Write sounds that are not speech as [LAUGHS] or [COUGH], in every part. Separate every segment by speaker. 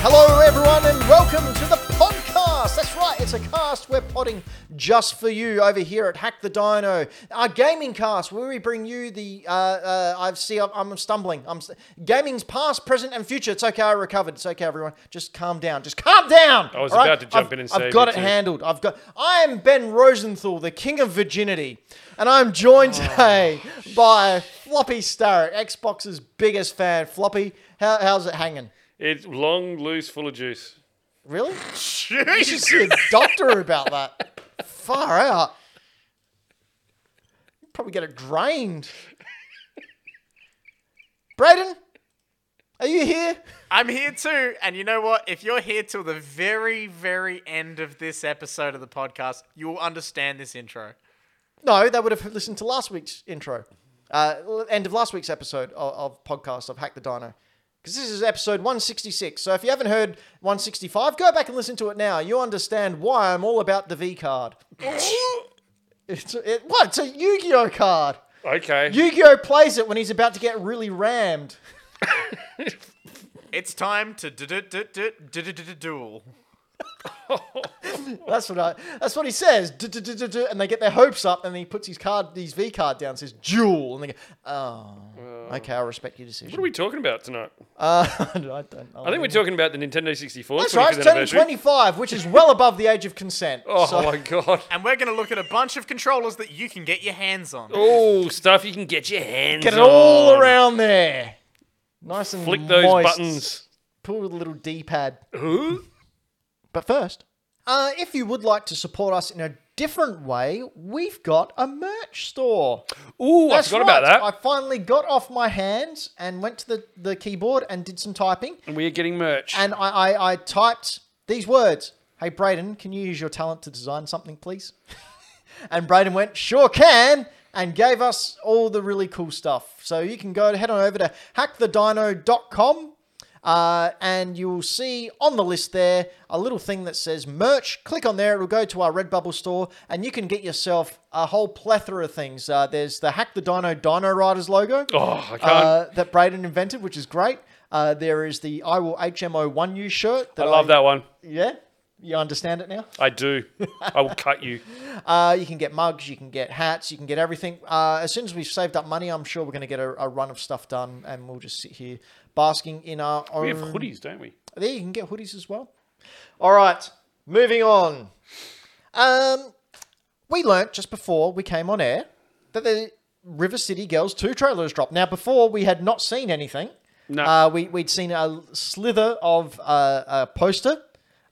Speaker 1: Hello, everyone, and welcome to the podcast. That's right, it's a cast we're potting just for you over here at Hack the Dino, our gaming cast, where we bring you the. Uh, uh, I see, I'm, I'm stumbling. I'm st- gaming's past, present, and future. It's okay, I recovered. It's okay, everyone. Just calm down. Just calm down.
Speaker 2: I was
Speaker 1: all
Speaker 2: about to jump
Speaker 1: I've-
Speaker 2: in and
Speaker 1: I've
Speaker 2: save
Speaker 1: got
Speaker 2: you
Speaker 1: it
Speaker 2: too.
Speaker 1: handled. I've got. I am Ben Rosenthal, the king of virginity, and I'm joined
Speaker 2: Oh.
Speaker 1: today by Floppy Starrett, Xbox's biggest fan. Floppy, how, how's it hanging?
Speaker 2: It's long, loose, full of juice.
Speaker 1: Really? [LAUGHS] You should see a doctor about that. Far out. You'd probably get it drained. Braden, are you here?
Speaker 3: I'm here too, and you know what? If you're here till the very, very end of this episode of the podcast, you will understand this intro.
Speaker 1: No, they would have listened to last week's intro, uh, l- end of last week's episode of, of podcast of Hack the Dino. Because this is episode 166. So if you haven't heard 165, go back and listen to it now. You understand why I'm all about the V card. It's it, what? It's a Yu Gi Oh card.
Speaker 2: Okay.
Speaker 1: Yu Gi Oh plays it when he's about to get really rammed.
Speaker 3: It's time to du- du- du- du- du- du- du- du- duel.
Speaker 1: That's what I. That's what he says. Du-du-du-du-du, And they get their hopes up, and he puts his card, his V card down, says "Jewel," and they go, "Oh, okay, I respect your
Speaker 2: what are
Speaker 1: decision."
Speaker 2: we talking about tonight?
Speaker 1: Uh, [LAUGHS] I don't. I, don't
Speaker 2: [LAUGHS] I think we're talking about the Nintendo 64.
Speaker 1: That's
Speaker 2: 25th
Speaker 1: right. It's turning
Speaker 2: anniversary.
Speaker 1: 25, which is well above the age of consent.
Speaker 2: Oh
Speaker 1: So- [LAUGHS]
Speaker 2: my god.
Speaker 3: And we're going to look at a bunch of controllers that you can get your hands on.
Speaker 2: Oh, stuff you can get your hands
Speaker 1: get it
Speaker 2: on.
Speaker 1: all around there, nice and
Speaker 2: Flick those
Speaker 1: moist.
Speaker 2: buttons.
Speaker 1: Pull the little D pad.
Speaker 2: Who?
Speaker 1: But first, uh, if you would like to support us in a different way, we've got a merch store.
Speaker 2: Ooh, I forgot about that.
Speaker 1: I finally got off my hands and went to the, the keyboard and did some typing.
Speaker 2: and we're getting merch.
Speaker 1: And I, I, I typed these words Hey, Braden, can you use your talent to design something, please? [LAUGHS] and Braden went, Sure can. And gave us all the really cool stuff. So you can go head on over to hackthedino.com uh, and you'll see on the list there a little thing that says merch. Click on there, it'll go to our Redbubble store, and you can get yourself a whole plethora of things. Uh, there's the Hack the Dino Dino Riders logo
Speaker 2: oh, I can't.
Speaker 1: uh, that Braden invented, which is great. Uh, there is the I will HMO one you shirt.
Speaker 2: I love that one.
Speaker 1: Yeah, you understand it now. [LAUGHS]
Speaker 2: I do. I will cut you.
Speaker 1: Uh, you can get mugs, you can get hats, you can get everything. Uh, as soon as we've saved up money, I'm sure we're going to get a, a run of stuff done, and we'll just sit here basking in our own.
Speaker 2: We have hoodies, don't we?
Speaker 1: There, you can get hoodies as well. All right, moving on. Um, we learnt just before we came on air that the River City Girls 2 trailer has dropped. Now, before we had not seen anything.
Speaker 2: No.
Speaker 1: Uh, we, we'd seen a slither of uh, a poster.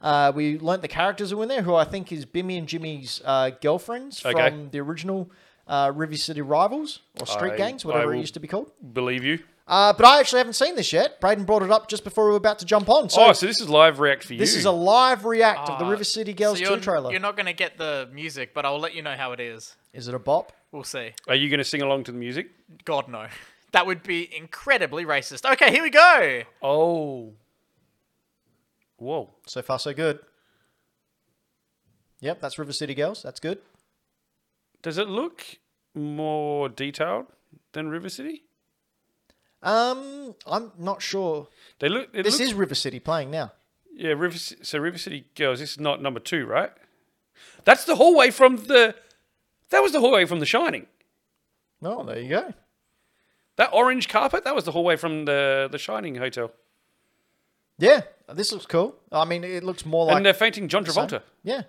Speaker 1: Uh, we learnt the characters who were in there, who I think is Bimmy and Jimmy's uh, girlfriends
Speaker 2: Okay.
Speaker 1: from the original uh, River City Rivals or Street
Speaker 2: I-
Speaker 1: Gangs,
Speaker 2: I
Speaker 1: whatever it
Speaker 2: will-
Speaker 1: used to be called.
Speaker 2: Believe you.
Speaker 1: Uh, but I actually haven't seen this yet. Braden brought it up just before we were about to jump on. So
Speaker 2: oh, so this is live react for you.
Speaker 1: this is a live react of the River City Girls 2
Speaker 3: Ah, you're,
Speaker 1: trailer.
Speaker 3: you're not going to get the music, but I'll let you know how it is.
Speaker 1: Is it a bop?
Speaker 3: We'll see.
Speaker 2: Are you going to sing along to the music?
Speaker 3: God, no. That would be incredibly racist. Okay, here we go.
Speaker 2: Oh. Whoa.
Speaker 1: So far, so good. Yep, that's River City Girls. That's good.
Speaker 2: Does it look more detailed than River City?
Speaker 1: Um, I'm not sure.
Speaker 2: They look. It
Speaker 1: This
Speaker 2: looks,
Speaker 1: is River City playing now.
Speaker 2: yeah. River. Ci- So River City Girls. This is not number two, right? That's the hallway from the. That was the hallway from The Shining.
Speaker 1: Oh, there you go.
Speaker 2: That orange carpet. That was the hallway from the The Shining hotel.
Speaker 1: Yeah, this looks cool. I mean, it looks more like
Speaker 2: and they're fainting John
Speaker 1: the same.
Speaker 2: Travolta.
Speaker 1: Yeah,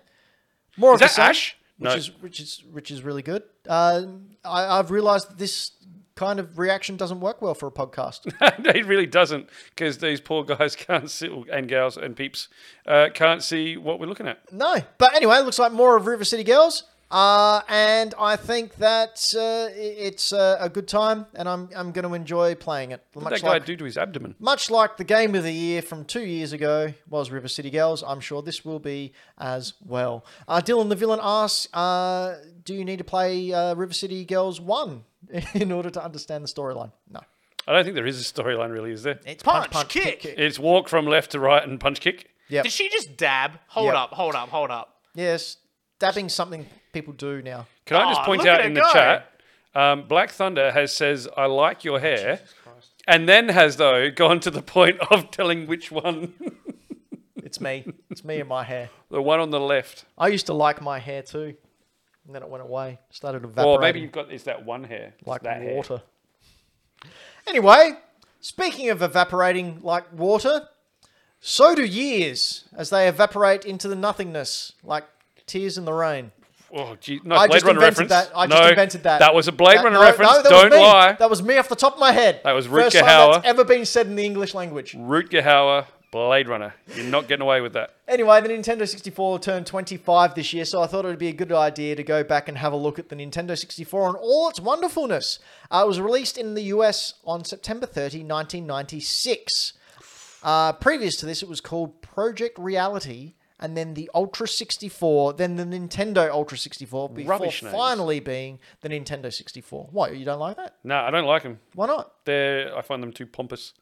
Speaker 1: more of
Speaker 2: Is that
Speaker 1: the same,
Speaker 2: Ash?
Speaker 1: which
Speaker 2: No.
Speaker 1: is which is which is really good. Uh, I, I've realised that this kind of reaction doesn't work well for a podcast.
Speaker 2: [LAUGHS] it really doesn't because these poor guys [LAUGHS] can't see and gals and peeps uh, can't see what we're looking at.
Speaker 1: No. But anyway, it looks like more of River City Girls. Uh, and I think that uh, i- it's uh, a good time, and I'm, I'm going to enjoy playing it.
Speaker 2: What did
Speaker 1: Much
Speaker 2: that guy
Speaker 1: like,
Speaker 2: do to his abdomen?
Speaker 1: much like the game of the year from two years ago was River City Girls, I'm sure this will be as well. Uh, Dylan the Villain asks uh, Do you need to play uh, River City Girls 1 [LAUGHS] in order to understand the storyline? No.
Speaker 2: I don't think there is a storyline really, is there?
Speaker 1: It's
Speaker 3: Punch, kick.
Speaker 2: It's walk from left to right and punch kick.
Speaker 1: Yep.
Speaker 3: Did she just dab? Hold
Speaker 1: Yep.
Speaker 3: up, hold up, hold up.
Speaker 1: Yes, dabbing something people do now.
Speaker 2: Can I just
Speaker 3: Aw,
Speaker 2: point
Speaker 3: look
Speaker 2: out
Speaker 3: at
Speaker 2: in
Speaker 3: her
Speaker 2: the
Speaker 3: go.
Speaker 2: chat? Um, Black Thunder has says, "I like your hair," and then has though gone to the point of telling which one, [LAUGHS]
Speaker 1: It's me. it's me and my hair.
Speaker 2: the one on the left,
Speaker 1: I used to like my hair too, and then it went away. Started evaporating.
Speaker 2: or maybe you've got it's that one hair, It's
Speaker 1: like
Speaker 2: that hair.
Speaker 1: water. Anyway, speaking of evaporating like water, so do years as they evaporate into the nothingness, like tears in the rain.
Speaker 2: Oh, gee, nice
Speaker 1: I
Speaker 2: Blade
Speaker 1: just
Speaker 2: Runner
Speaker 1: invented
Speaker 2: reference.
Speaker 1: that. I
Speaker 2: no,
Speaker 1: just invented that.
Speaker 2: That was a Blade
Speaker 1: That-
Speaker 2: Runner
Speaker 1: no,
Speaker 2: reference.
Speaker 1: no, that was
Speaker 2: Don't
Speaker 1: me.
Speaker 2: lie.
Speaker 1: That was me off the top of my head.
Speaker 2: That was
Speaker 1: First
Speaker 2: Rutger
Speaker 1: time that's
Speaker 2: Hauer.
Speaker 1: ever been said in the English language.
Speaker 2: Rutger Hauer, Blade Runner. You're not getting away with that.
Speaker 1: Anyway, the Nintendo 64 turned 25 this year, so I thought it would be a good idea to go back and have a look at the Nintendo 64 and all its wonderfulness. Uh, it was released in the US on September 30, 1996. Uh, previous to this, it was called Project Reality, and then the Ultra 64, then the Nintendo Ultra 64, before
Speaker 2: Rubbish names.
Speaker 1: finally being the Nintendo 64. What, you don't like that?
Speaker 2: No, I don't like them.
Speaker 1: Why not?
Speaker 2: They're, I find them too pompous.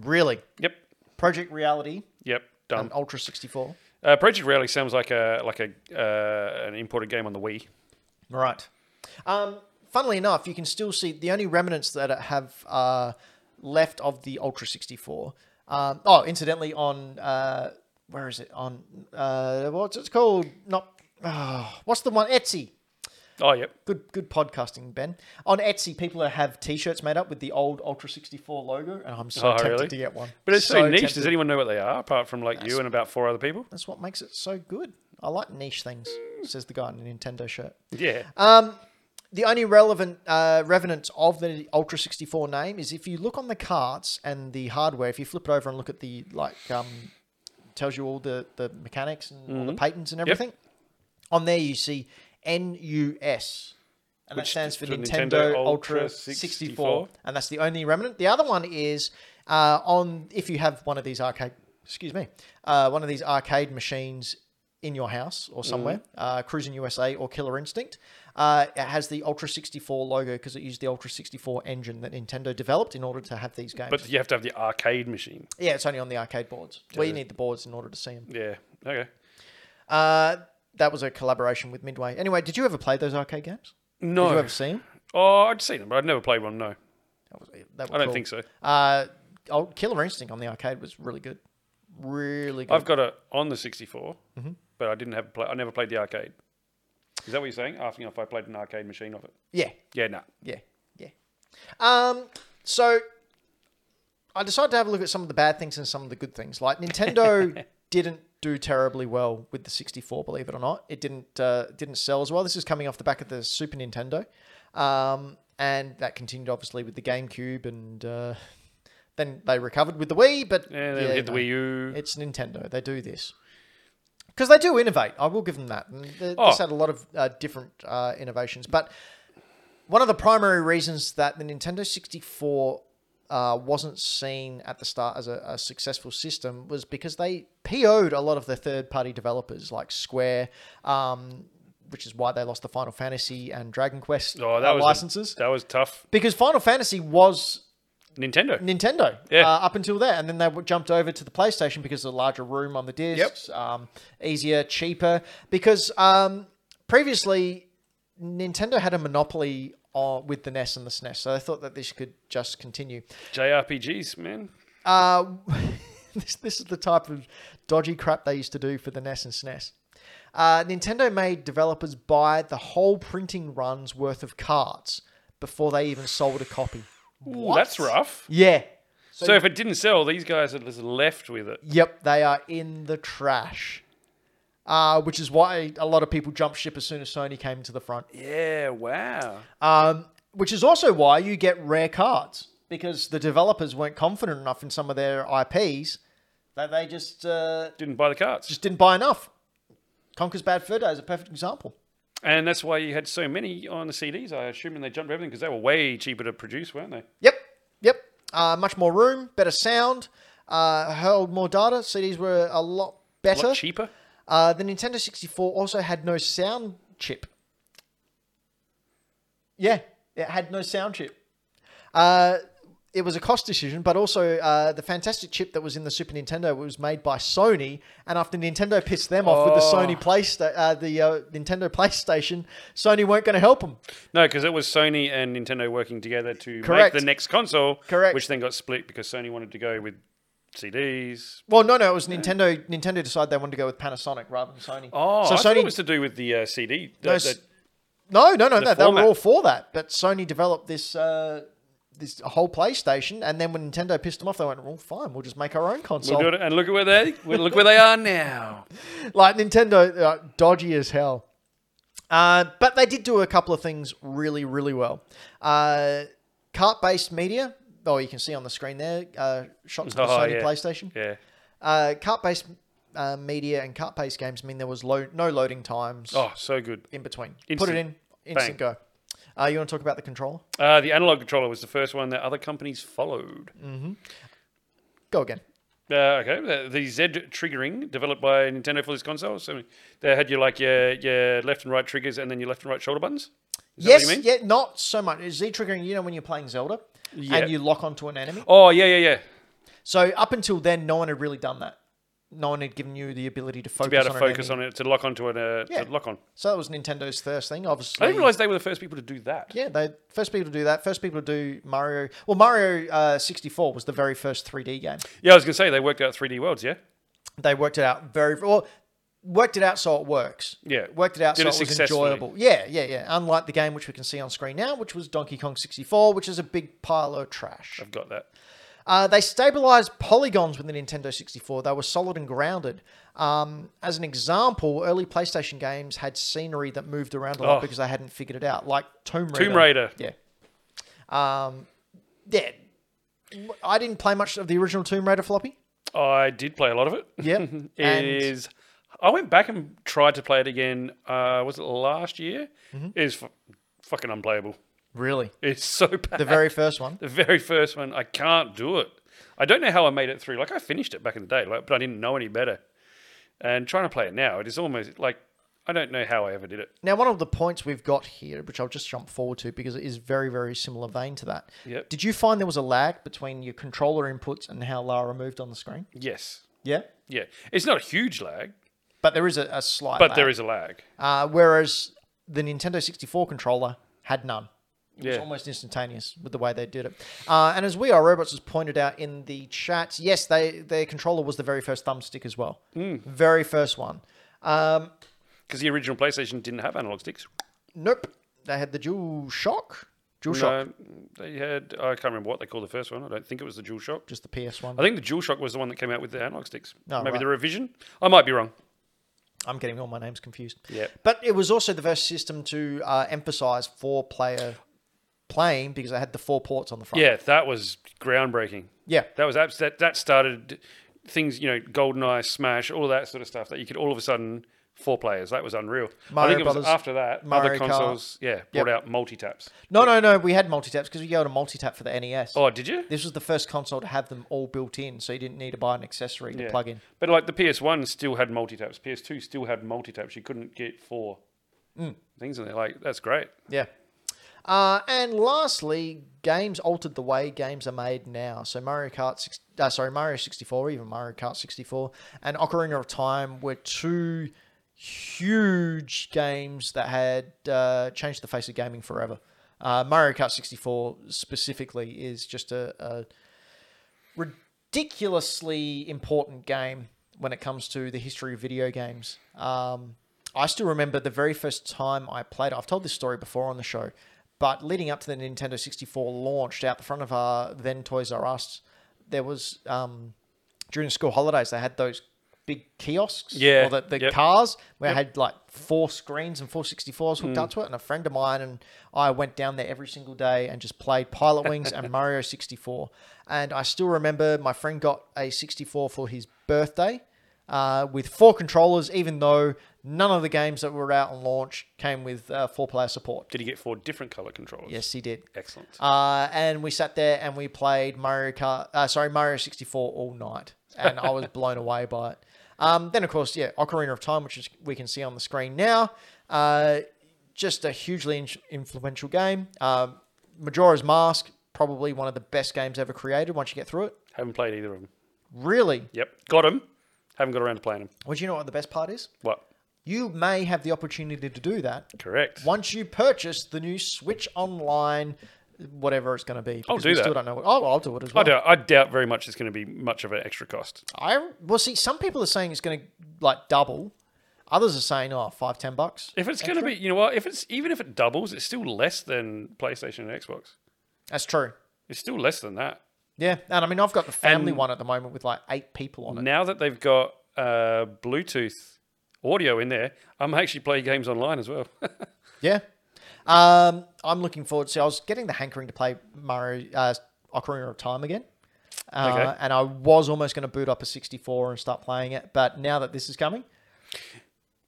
Speaker 1: Really?
Speaker 2: Yep,
Speaker 1: Project Reality
Speaker 2: yep, dumb.
Speaker 1: and Ultra 64.
Speaker 2: Uh, Project Rally sounds like a like a uh, an imported game on the Wii.
Speaker 1: Right. Um, funnily enough, you can still see the only remnants that have uh, left of the Ultra 64. Um, oh, incidentally, on uh, where is it? On uh, what's it's called? Not ah, what's the one? Etsy.
Speaker 2: Oh, yep.
Speaker 1: Good, good podcasting, Ben. On Etsy, people have T-shirts made up with the old Ultra 64 logo, and I'm so
Speaker 2: Oh,
Speaker 1: tempted
Speaker 2: really?
Speaker 1: to get one.
Speaker 2: But it's so, niche.
Speaker 1: tempted.
Speaker 2: Does anyone know what they are apart from like you and about four other people?
Speaker 1: That's what makes it so good. I like niche things, says the guy in a Nintendo shirt.
Speaker 2: Yeah.
Speaker 1: the only relevant uh, revenants of the Ultra 64 name is if you look on the carts and the hardware, if you flip it over and look at the, like, um, tells you all the, the mechanics and all the patents and everything, on there you see NUS. And that
Speaker 2: Which
Speaker 1: stands for
Speaker 2: stood
Speaker 1: Nintendo,
Speaker 2: Nintendo
Speaker 1: Ultra,
Speaker 2: Ultra
Speaker 1: 64.
Speaker 2: 64.
Speaker 1: And that's the only remnant. The other one is uh, on, if you have one of these arcade, excuse me, uh, one of these arcade machines in your house or somewhere,
Speaker 2: Mm.
Speaker 1: uh, Cruising USA or Killer Instinct, uh, it has the Ultra 64 logo because it used the Ultra 64 engine that Nintendo developed in order to have these games.
Speaker 2: but you have to have the arcade machine.
Speaker 1: yeah, it's only on the arcade boards. Where you need the boards in order to see them.
Speaker 2: Yeah. Okay.
Speaker 1: Uh, that was a collaboration with Midway. Anyway, did you ever play those arcade games? Did you
Speaker 2: No.
Speaker 1: ever see them?
Speaker 2: Oh, I'd seen them, but I'd never played one. No,
Speaker 1: That was, that
Speaker 2: I don't think so.
Speaker 1: Uh, oh, Killer Instinct on the arcade was really good. Really good.
Speaker 2: I've got it on the 64, but I didn't have. Play, I never played the arcade. Is that what you're saying? Asking if I played an arcade machine of it?
Speaker 1: yeah,
Speaker 2: Yeah. Nah.
Speaker 1: yeah, yeah. Um, so I decided to have a look at some of the bad things and some of the good things. Like
Speaker 2: [LAUGHS]
Speaker 1: Nintendo didn't do terribly well with the 64, believe it or not. It didn't uh, didn't sell as well. This is coming off the back of the Super Nintendo, um, and that continued obviously with the GameCube, and uh, then they recovered with the Wii. But
Speaker 2: Yeah. Then we hit the
Speaker 1: no.
Speaker 2: Wii U.
Speaker 1: It's Nintendo. They do this because they do innovate. I will give them that. And they,
Speaker 2: Oh.
Speaker 1: This had a lot of uh, different uh, innovations, but one of the primary reasons that the Nintendo 64 uh, wasn't seen at the start as a, a successful system was because they PO'd a lot of the third-party developers like Square. Um, which is why they lost the Final Fantasy and Dragon Quest
Speaker 2: oh, that
Speaker 1: uh,
Speaker 2: was a-
Speaker 1: licenses.
Speaker 2: that was tough.
Speaker 1: because Final Fantasy was
Speaker 2: Nintendo.
Speaker 1: Nintendo
Speaker 2: Yeah.
Speaker 1: uh, up until there, and then they w- jumped over to the PlayStation because of the larger room on the discs, um, easier, cheaper. Because um, previously, Nintendo had a monopoly on, with the NES and the SNES, so they thought that this could just continue.
Speaker 2: JRPGs, man.
Speaker 1: Uh, [LAUGHS] this, this is the type of dodgy crap they used to do for the NES and SNES. Uh, Nintendo made developers buy the whole printing run's worth of cards before they even sold a copy.
Speaker 2: Ooh, that's rough.
Speaker 1: Yeah.
Speaker 2: So, if it didn't sell, these guys are just left with it.
Speaker 1: Yep, they are in the trash. Uh, which is why a lot of people jumped ship as soon as Sony came to the front.
Speaker 2: Yeah, wow.
Speaker 1: Um, which is also why you get rare cards because the developers weren't confident enough in some of their IPs that they just uh,
Speaker 2: Didn't buy the cards.
Speaker 1: just didn't buy enough. Conker's Bad Fur Day is a perfect example.
Speaker 2: and that's why you had so many on the CDs, I assume, and they jumped everything because they were way cheaper to produce, weren't they?
Speaker 1: Yep, yep. Uh, much more room, better sound, uh, held more data. CDs were a lot
Speaker 2: A
Speaker 1: better.
Speaker 2: lot cheaper.
Speaker 1: Uh, the Nintendo 64 also had no sound chip. Yeah, it had no sound chip. Uh, it was a cost decision, but also uh, the fantastic chip that was in the Super Nintendo was made by Sony. And after Nintendo pissed them off with the
Speaker 2: Oh.
Speaker 1: Sony PlayStation, uh, the uh, Nintendo PlayStation, Sony weren't going to help them.
Speaker 2: No, because it was Sony and Nintendo working together to
Speaker 1: Correct.
Speaker 2: make the next console.
Speaker 1: Correct.
Speaker 2: Which then got split because Sony wanted to go with CDs.
Speaker 1: Well, no, no, it was Nintendo. Nintendo decided they wanted to go with Panasonic rather than Sony.
Speaker 2: Oh,
Speaker 1: so
Speaker 2: I thought
Speaker 1: Sony
Speaker 2: it was to do with the uh, CD.
Speaker 1: No,
Speaker 2: the-
Speaker 1: s-
Speaker 2: the-
Speaker 1: no, no, no, no. They were
Speaker 2: format.
Speaker 1: all for that, but Sony developed this uh, this whole PlayStation, and then when Nintendo pissed them off, they went, "Well, fine, we'll just make our own console."
Speaker 2: we'll do it, and look at where they well, look where they are now.
Speaker 1: like Nintendo, uh, dodgy as hell. Uh, but they did do a couple of things really, really well. Uh, cart-based media. Oh, you can see on the screen there uh, shots of the
Speaker 2: Oh,
Speaker 1: Sony
Speaker 2: yeah.
Speaker 1: PlayStation.
Speaker 2: Yeah.
Speaker 1: Uh, cart-based uh, media and cart-based games mean there was lo- no loading times
Speaker 2: Oh, so good.
Speaker 1: in between. Put
Speaker 2: Instant.
Speaker 1: it in, instant go. Uh, you want to talk about the controller?
Speaker 2: Uh, the analog controller was the first one that other companies followed.
Speaker 1: Go again.
Speaker 2: Uh, okay, the, the Z triggering developed by Nintendo for this console. So they had your like your your left and right triggers, and then your left and right shoulder buttons. Is that
Speaker 1: yes,
Speaker 2: what you mean?
Speaker 1: yeah, not so much. Z triggering, you know, when you're playing Zelda
Speaker 2: Yeah.
Speaker 1: and you lock onto an enemy.
Speaker 2: Oh yeah, yeah, yeah.
Speaker 1: So up until then, no one had really done that. No one had given you the ability to focus
Speaker 2: To be able
Speaker 1: on
Speaker 2: to
Speaker 1: an
Speaker 2: focus
Speaker 1: enemy.
Speaker 2: on it to lock onto it. Uh,
Speaker 1: Yeah.
Speaker 2: To lock on.
Speaker 1: So that was Nintendo's first thing, obviously.
Speaker 2: I didn't realize they were the first people to do that.
Speaker 1: Yeah, they first people to do that. First people to do Mario. Well, Mario uh, 64 was the very first 3D game.
Speaker 2: Yeah, I was gonna say they worked out 3D worlds. Yeah.
Speaker 1: They worked it out very well. Worked it out so it works.
Speaker 2: Yeah.
Speaker 1: Worked it out
Speaker 2: Did
Speaker 1: so
Speaker 2: it
Speaker 1: it, was
Speaker 2: successfully.
Speaker 1: enjoyable. Yeah, yeah, yeah. Unlike the game which we can see on screen now, which was Donkey Kong 64, which is a big pile of trash.
Speaker 2: I've got that.
Speaker 1: Uh, they stabilized polygons with the Nintendo 64. They were solid and grounded. Um, as an example, early PlayStation games had scenery that moved around a lot
Speaker 2: Oh.
Speaker 1: because they hadn't figured it out, like Tomb Raider.
Speaker 2: Tomb Raider.
Speaker 1: Yeah. Um, yeah. I didn't play much of the original Tomb Raider floppy.
Speaker 2: I did play a lot of it.
Speaker 1: Yeah.
Speaker 2: [LAUGHS] It is. I went back and tried to play it again. Uh, was it last year? It's f- fucking unplayable.
Speaker 1: really
Speaker 2: It's so [LAUGHS] bad.
Speaker 1: the very first one.
Speaker 2: The very first one, I can't do it. I don't know how I made it through. Like I finished it back in the day, like, but I didn't know any better. And trying to play it now, it is almost like I don't know how I ever did it.
Speaker 1: Now, one of the points we've got here, which I'll just jump forward to because it is very, very similar vein to that.
Speaker 2: Yep.
Speaker 1: Did you find there was a lag between your controller inputs and how Lara moved on the screen?
Speaker 2: Yes,
Speaker 1: Yeah.
Speaker 2: yeah, it's not a huge lag,
Speaker 1: But there is a, a slight.
Speaker 2: but
Speaker 1: lag.
Speaker 2: there is a lag.
Speaker 1: Uh, whereas the Nintendo 64 controller had none. It was
Speaker 2: Yeah.
Speaker 1: almost instantaneous with the way they did it. Uh, and as We Are Robots has pointed out in the chat, yes, they their controller was the very first thumbstick as well.
Speaker 2: Hmm.
Speaker 1: Very first one. Um,
Speaker 2: Because the original PlayStation didn't have analog sticks.
Speaker 1: nope. They had the Dual Shock. Dual Shock.
Speaker 2: No, Um, they had. I can't remember what they called the first one. I don't think it was the DualShock.
Speaker 1: Just the PS1.
Speaker 2: I think the DualShock was the one that came out with the analog sticks.
Speaker 1: Oh,
Speaker 2: Maybe
Speaker 1: right. Oh.
Speaker 2: the revision. I might be wrong.
Speaker 1: I'm getting all my names confused.
Speaker 2: Yep.
Speaker 1: But it was also the first system to uh, emphasize four player playing because they had the four ports on the front.
Speaker 2: Yeah, that was groundbreaking.
Speaker 1: Yeah.
Speaker 2: That was abs- that that started things, you know, GoldenEye, Smash, all that sort of stuff that you could all of a sudden four players. That was unreal. I
Speaker 1: Mario
Speaker 2: think it
Speaker 1: Brothers,
Speaker 2: was after that
Speaker 1: Mario
Speaker 2: other
Speaker 1: Kart.
Speaker 2: consoles, yeah, brought out multi taps.
Speaker 1: No, no, no. We had multi taps because we go to multi tap for the E NES.
Speaker 2: Oh, did you?
Speaker 1: This was the first console to have them all built in, so you didn't need to buy an accessory to
Speaker 2: Yeah.
Speaker 1: plug in.
Speaker 2: But like the PS1 still had multi taps. PS2 still had multi taps. You couldn't get four
Speaker 1: Mm.
Speaker 2: things in there. Like that's great.
Speaker 1: Yeah. Uh, and lastly, games altered the way games are made now. So Mario Kart, 6, uh, sorry Mario 64, even Mario Kart 64, and Ocarina of Time were two huge games that had uh, changed the face of gaming forever. Uh, Mario Kart 64 specifically is just a, a ridiculously important game when it comes to the history of video games. Um, I still remember the very first time I played. I've told this story before on the show, but leading up to the Nintendo 64 launch, out the front of our then Toys R Us, there was um, during the school holidays they had those big kiosks
Speaker 2: Yeah,
Speaker 1: or the, the
Speaker 2: yep.
Speaker 1: cars where I had like four screens and 464s hooked up to it and a friend of mine and I went down there every single day and just played Pilot Wings and Mario 64 and I still remember my friend got a 64 for his birthday uh, with four controllers even though none of the games that were out on launch came with uh, four player support
Speaker 2: Did you get four different color controllers?
Speaker 1: yes he did
Speaker 2: Excellent.
Speaker 1: uh, and we sat there and we played Mario Kart, uh, sorry, Mario 64 all night. And I was blown away by it. Um, then, of course, yeah, Ocarina of Time, which is, we can see on the screen now. Uh, just a hugely in- influential game. Um Majora's Mask, probably one of the best games ever created once you get through it.
Speaker 2: Haven't played either of them.
Speaker 1: Really?
Speaker 2: Yep, got them. Haven't got around to playing them.
Speaker 1: Well, do you know what the best part is?
Speaker 2: What?
Speaker 1: You may have the opportunity to do that
Speaker 2: Correct.
Speaker 1: once you purchase the new Switch Online, whatever it's going to be.
Speaker 2: I'll
Speaker 1: because
Speaker 2: do
Speaker 1: we
Speaker 2: that.
Speaker 1: Still don't know. What, oh, I'll do it as
Speaker 2: I
Speaker 1: well.
Speaker 2: doubt, I doubt very much it's going to be much of an extra cost.
Speaker 1: I well see some people are saying it's going to like double. Others are saying oh five ten bucks.
Speaker 2: If it's going to be, you know what? If it's even if it doubles, it's still less than PlayStation and Xbox.
Speaker 1: That's true.
Speaker 2: It's still less than that.
Speaker 1: Yeah, and I mean I've got the family
Speaker 2: And-
Speaker 1: one at the moment with like eight people on it.
Speaker 2: Now that they've got uh, Bluetooth audio in there, I'm actually playing games online as well. [LAUGHS] Mm.
Speaker 1: Yeah, um, I'm looking forward. to I was getting the hankering to play Mario uh, Ocarina of Time again. Uh,
Speaker 2: Okay.
Speaker 1: And I was almost going to boot up a 64 and start playing it, but now that this is coming,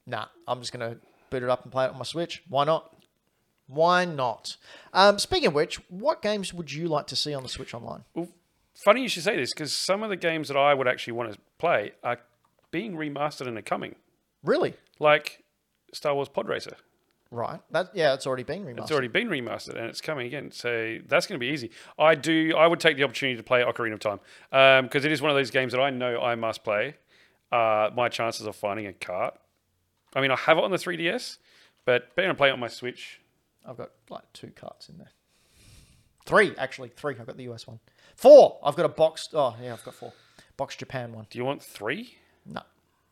Speaker 1: nah, I'm just going to boot it up and play it on my Switch. Why not? Why not? Um, speaking of which, what games would you like to see on the Switch Online?
Speaker 2: well, funny you should say this because some of the games that I would actually want to play are being remastered and are coming,
Speaker 1: Really?
Speaker 2: like Star Wars Pod Racer.
Speaker 1: Right. That yeah, it's already been remastered.
Speaker 2: It's already been remastered and it's coming again, so that's going to be easy. I do. I would take the opportunity to play Ocarina of Time because it is one of those games that I know I must play. Uh, my chances of finding a cart. I mean, I have it on the 3DS, but being able to play it on my Switch,
Speaker 1: I've got like two carts in there. Three actually, three. I've got the US one. Four. I've got a box. Oh yeah, I've got four. Box Japan one.
Speaker 2: do you want three?
Speaker 1: No,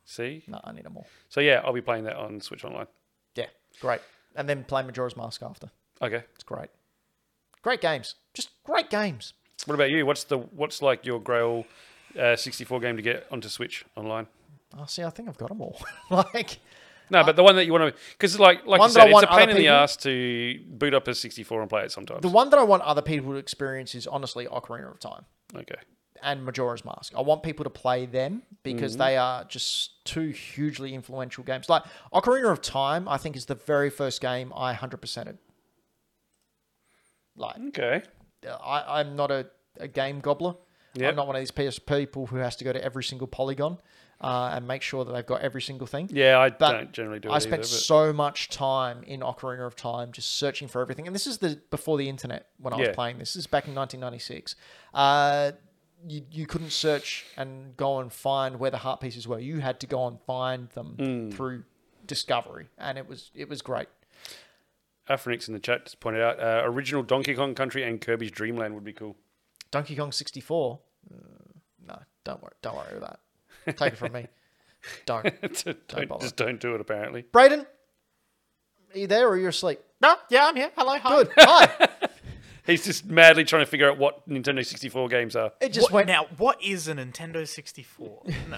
Speaker 2: See,
Speaker 1: no, I need them all.
Speaker 2: so yeah, I'll be playing that on Switch Online.
Speaker 1: Yeah, great. And then play Majora's Mask after.
Speaker 2: Okay.
Speaker 1: It's great. Great games. Just great games.
Speaker 2: What about you? What's the what's like your Grail uh, 64 game to get onto Switch Online?
Speaker 1: Oh, see, I think I've got them all. [LAUGHS] like,
Speaker 2: No, but the one that you want to, because like like I
Speaker 1: One that I
Speaker 2: said, it's
Speaker 1: want
Speaker 2: a pain
Speaker 1: other
Speaker 2: in the
Speaker 1: people-
Speaker 2: ass to boot up a 64 and play it sometimes.
Speaker 1: the one that I want other people to experience is honestly Ocarina of Time
Speaker 2: Okay.
Speaker 1: and Majora's Mask. I want people to play them because they are just two hugely influential games. Like, Ocarina of Time, I think, is the very first game I 100%ed. Like,
Speaker 2: Okay.
Speaker 1: I, I'm not a, a game gobbler.
Speaker 2: Yep.
Speaker 1: I'm not one of these PS people who has to go to every single polygon uh, and make sure that they've got every single thing.
Speaker 2: Yeah, I
Speaker 1: But
Speaker 2: don't generally do it
Speaker 1: I spent
Speaker 2: either. but-
Speaker 1: so much time in Ocarina of Time just searching for everything. And this is the before the internet when I
Speaker 2: Yeah.
Speaker 1: was playing this. This is back in 1996. Uh, you, you couldn't search and go and find where the heart pieces were. You had to go and find them
Speaker 2: Hmm.
Speaker 1: through discovery, and it was it was great.
Speaker 2: Afrinix in the chat just pointed out uh, original Donkey Kong Country and Kirby's Dream Land would be cool. [LAUGHS]
Speaker 1: Donkey Kong 64. Uh, no, don't worry. Don't worry about that. Take it from
Speaker 2: [LAUGHS]
Speaker 1: me. Don't.
Speaker 2: Don't-
Speaker 1: bother.
Speaker 2: just don't do it, apparently.
Speaker 1: Brayden, are you there or are you asleep?
Speaker 3: No, yeah, I'm here. Hello, hi.
Speaker 1: Good. Hi.
Speaker 2: He's just madly trying to figure out what Nintendo 64 games are.
Speaker 1: It just
Speaker 3: What,
Speaker 1: went.
Speaker 3: now, what is a Nintendo 64? [LAUGHS] no,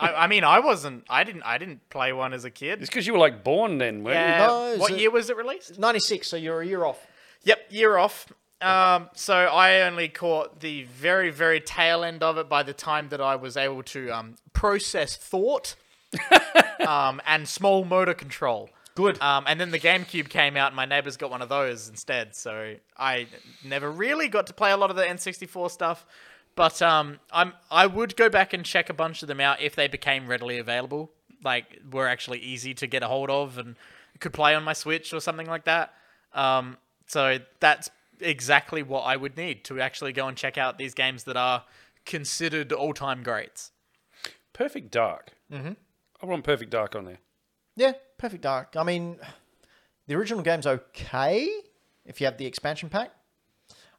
Speaker 3: I, I mean, I wasn't. I didn't. I didn't play one as a kid.
Speaker 2: It's because you were like born then, weren't
Speaker 3: Yeah.
Speaker 1: No, it's
Speaker 3: what
Speaker 1: a-
Speaker 3: year was it released?
Speaker 1: 96, so you're a year off.
Speaker 3: Yep, year off. Um, so I only caught the very, very tail end of it by the time that I was able to um, process thought um, and small motor control.
Speaker 1: Good.
Speaker 3: Um, and then the GameCube came out, and my neighbors got one of those instead. So I never really got to play a lot of the N64 stuff. But um, I'm I would go back and check a bunch of them out if they became readily available, like were actually easy to get a hold of and could play on my Switch or something like that. Um, so that's exactly what I would need to actually go and check out these games that are considered all-time greats.
Speaker 2: Perfect Dark. Mm-hmm. I want Perfect Dark on there.
Speaker 1: Yeah, Perfect Dark. I mean, the original game's okay if you have the expansion pack.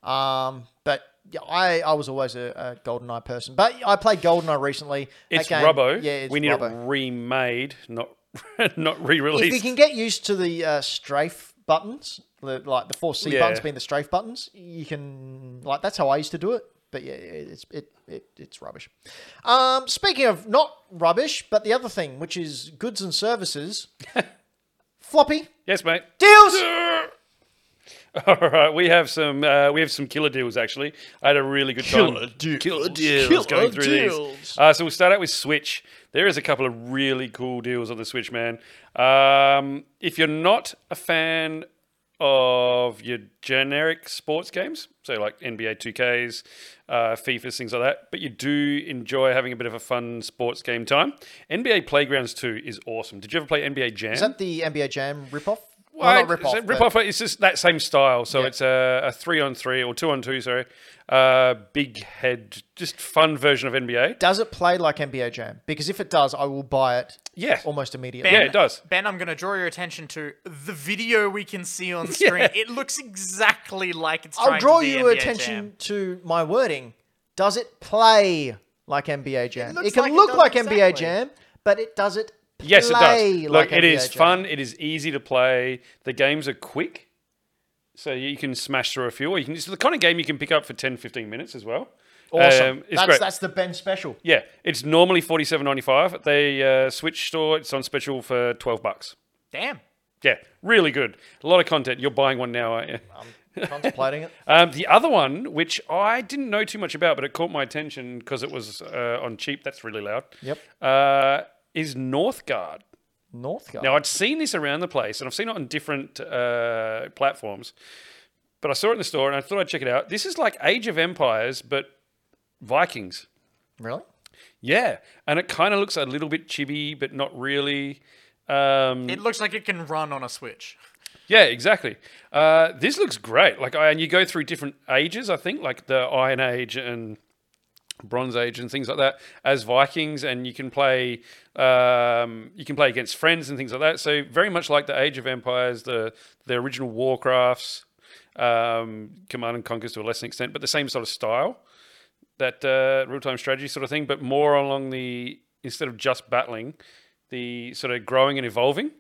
Speaker 1: Um, but yeah, I, I was always a, a GoldenEye person. But I played GoldenEye recently. That
Speaker 2: It's
Speaker 1: game-
Speaker 2: Rubbo.
Speaker 1: Yeah, it's
Speaker 2: we need
Speaker 1: Rubbo.
Speaker 2: it remade, not [LAUGHS] not
Speaker 1: if you
Speaker 2: re-released.
Speaker 1: can get used to the uh, strafe buttons, the, like the four C
Speaker 2: Yeah.
Speaker 1: buttons being the strafe buttons, you can like that's how I used to do it. But yeah, it- it's it, it it's rubbish. Um, speaking of not rubbish, but the other thing, which is goods and
Speaker 2: [LAUGHS]
Speaker 1: services, floppy
Speaker 2: Yes, mate.
Speaker 1: deals.
Speaker 2: [LAUGHS] All right, we have some uh, we have some killer deals actually. I had a really good time.
Speaker 1: Killer deals.
Speaker 2: Killer deals.
Speaker 1: Killer
Speaker 2: going through
Speaker 1: deals.
Speaker 2: these. Uh, so we'll start out with Switch. There is a couple of really cool deals on the Switch, man. Um, if you're not a fan of your generic sports games, so like NBA 2Ks, uh, FIFA's, things like that, but you do enjoy having a bit of a fun sports game time, NBA Playgrounds 2 is awesome. Did you ever play NBA Jam?
Speaker 1: Is that the NBA Jam ripoff?
Speaker 2: Well,
Speaker 1: Well, not
Speaker 2: I-
Speaker 1: rip-off,
Speaker 2: so
Speaker 1: but-
Speaker 2: rip-off, It's just that same style. So
Speaker 1: Yeah.
Speaker 2: it's a, a three on three or two on two. Sorry, uh, big head, just fun version of NBA.
Speaker 1: Does it play like NBA Jam? Because if it does, I will buy it
Speaker 2: Yeah,
Speaker 1: almost immediately.
Speaker 3: Ben,
Speaker 2: Yeah, it does.
Speaker 3: Ben, I'm going to draw your attention to the video we can
Speaker 2: [LAUGHS]
Speaker 3: see on screen. It looks exactly like it's.
Speaker 1: I'll
Speaker 3: trying
Speaker 1: draw
Speaker 3: to be
Speaker 1: your
Speaker 3: NBA
Speaker 1: attention
Speaker 3: Jam.
Speaker 1: to my wording. Does it play like NBA Jam? It,
Speaker 3: looks
Speaker 1: can
Speaker 3: like it
Speaker 1: look
Speaker 3: does
Speaker 1: like NBA
Speaker 3: exactly.
Speaker 1: Jam, but it does it play
Speaker 2: Yes, it does. Look,
Speaker 1: like
Speaker 2: it
Speaker 1: NBA
Speaker 2: is
Speaker 1: Jam?
Speaker 2: fun. It is easy to play. The games are quick. So you can smash through a few, or you can. It's the kind of game you can pick up for 10, 15 minutes as well.
Speaker 1: Awesome.
Speaker 2: Um, it's
Speaker 1: that's,
Speaker 2: great.
Speaker 1: that's the Ben
Speaker 2: [LAUGHS]
Speaker 1: special.
Speaker 2: Yeah, it's normally forty seven ninety five. They uh, Switch store. It's on special for twelve bucks.
Speaker 3: Damn.
Speaker 2: Yeah, really good. A lot of content. You're buying one now, aren't you?
Speaker 1: Contemplating it.
Speaker 2: Um, the other one, which I didn't know too much about, but it caught my attention because it was uh, on cheap. That's really loud.
Speaker 1: Yep.
Speaker 2: Uh, is Northgard.
Speaker 1: Northgard.
Speaker 2: Now I'd seen this around the place, and I've seen it on different uh, platforms, but I saw it in the store, and I thought I'd check it out. This is like Age of Empires, but Vikings.
Speaker 1: really?
Speaker 2: Yeah, and it kind of looks a little bit chibi, but not really.
Speaker 1: Mm.
Speaker 2: Um,
Speaker 3: It looks like it can run on a Switch.
Speaker 2: yeah, exactly. Uh, this looks great. Like, I, and you go through different ages, I think, like the Iron Age and Bronze Age and things like that, as Vikings, and you can play, um, you can play against friends and things like that. So very much like the Age of Empires, the the original Warcrafts, um, Command and Conquer to a lesser extent, but the same sort of style, that uh, real time strategy sort of thing, but more along the instead of just battling, the sort of growing and evolving.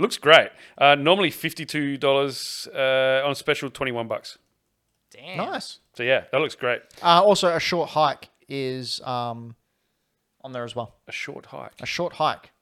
Speaker 2: Looks great. Uh, normally fifty-two dollars uh, on special, twenty-one bucks.
Speaker 3: Damn.
Speaker 1: Nice.
Speaker 2: So yeah, that looks great.
Speaker 1: Uh, also, a short hike is um, on there as well.
Speaker 2: A short hike.
Speaker 1: A short hike.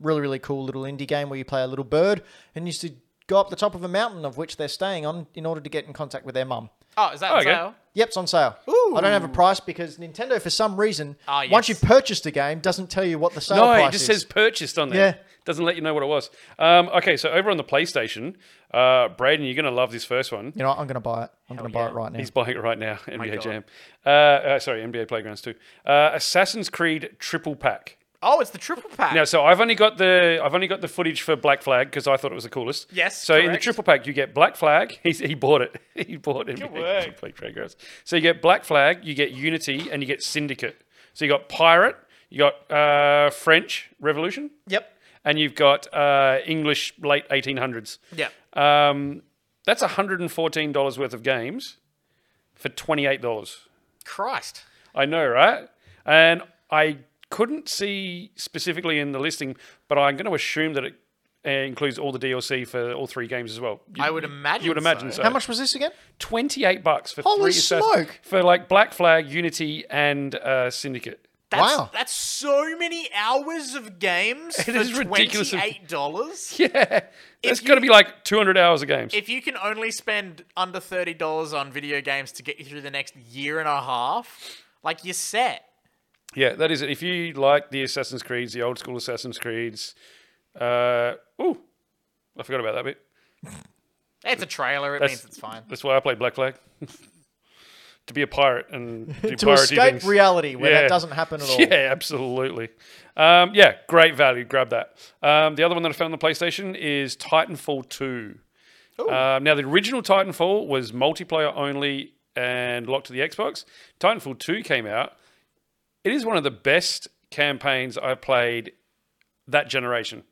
Speaker 1: Really, really cool little indie game where you play a little bird and used to go up the top of a mountain of which they're staying on in order to get in contact with their mum.
Speaker 3: Oh, is that
Speaker 2: Oh, okay.
Speaker 3: Zao?
Speaker 1: Yep, it's on sale. I don't have a price because Nintendo, for some reason,
Speaker 3: Ah,
Speaker 1: once
Speaker 3: yes.
Speaker 1: you've purchased a game, doesn't tell you what the sale
Speaker 2: No,
Speaker 1: price
Speaker 2: it just
Speaker 1: is.
Speaker 2: says purchased on there.
Speaker 1: Yeah.
Speaker 2: Doesn't let you know what it was. Um, okay, so over on the PlayStation, uh, Braden, you're going to love this first one.
Speaker 1: you know, what, I'm going to buy it. I'm going to buy
Speaker 3: yeah.
Speaker 1: it right now.
Speaker 2: He's buying it right now. [LAUGHS] NBA
Speaker 3: God.
Speaker 2: Jam. Uh, uh, sorry, NBA Playgrounds too. Uh, Assassin's Creed Triple Pack.
Speaker 3: Oh, it's the triple pack.
Speaker 2: Now, so I've only got the I've only got the footage for Black Flag because I thought it was the coolest.
Speaker 3: Yes,
Speaker 2: So in the
Speaker 3: correct.
Speaker 2: triple pack, you get Black Flag. [LAUGHS] He, he bought it. [LAUGHS] He bought it.
Speaker 3: work.
Speaker 2: Play Playgrounds. So you get Black Flag, you get Unity, and you get Syndicate. So you got Pirate, you got uh, French Revolution,
Speaker 3: Yep.
Speaker 2: and you've got uh, English late 1800s.
Speaker 3: Yep.
Speaker 2: Um, that's 114 dollars worth of games for 28 dollars.
Speaker 3: Christ.
Speaker 2: I know, right? And I couldn't see specifically in the listing, but I'm going to assume that it uh, includes all the DLC for all three games as well. You,
Speaker 3: I would imagine
Speaker 2: you would imagine
Speaker 3: so.
Speaker 2: so.
Speaker 1: How much was this again?
Speaker 2: 28 bucks for
Speaker 1: Holy
Speaker 2: three assassins-
Speaker 1: smoke.
Speaker 2: for like Black Flag, Unity, and uh, Syndicate. [LAUGHS]
Speaker 3: That's,
Speaker 1: Wow.
Speaker 3: That's so many hours of games for
Speaker 2: is ridiculous.
Speaker 3: twenty-eight dollars.
Speaker 2: [LAUGHS] Yeah, it's
Speaker 3: you-
Speaker 2: got to be like 200 hours of games.
Speaker 3: If you can only spend under thirty dollars on video games to get you through the next year and a half, like you're set.
Speaker 2: yeah, that is it. If you like the Assassin's Creeds, the old school Assassin's Creeds, uh, ooh, I forgot about that bit.
Speaker 3: It's a trailer. It
Speaker 2: That's-
Speaker 3: means it's fine.
Speaker 2: That's why I play Black Flag. [LAUGHS] to be a pirate
Speaker 1: [LAUGHS]
Speaker 2: and do
Speaker 1: To
Speaker 2: piratey
Speaker 1: escape
Speaker 2: things.
Speaker 1: reality where
Speaker 2: Yeah.
Speaker 1: that doesn't happen
Speaker 2: [LAUGHS]
Speaker 1: at all.
Speaker 2: Yeah, absolutely. Um, yeah, great value. Grab that. Um, the other one that I found on the PlayStation is Titanfall 2. Um, now, the original Titanfall was multiplayer only and locked to the Xbox. Titanfall 2 came out. It is one of the best campaigns I played that generation.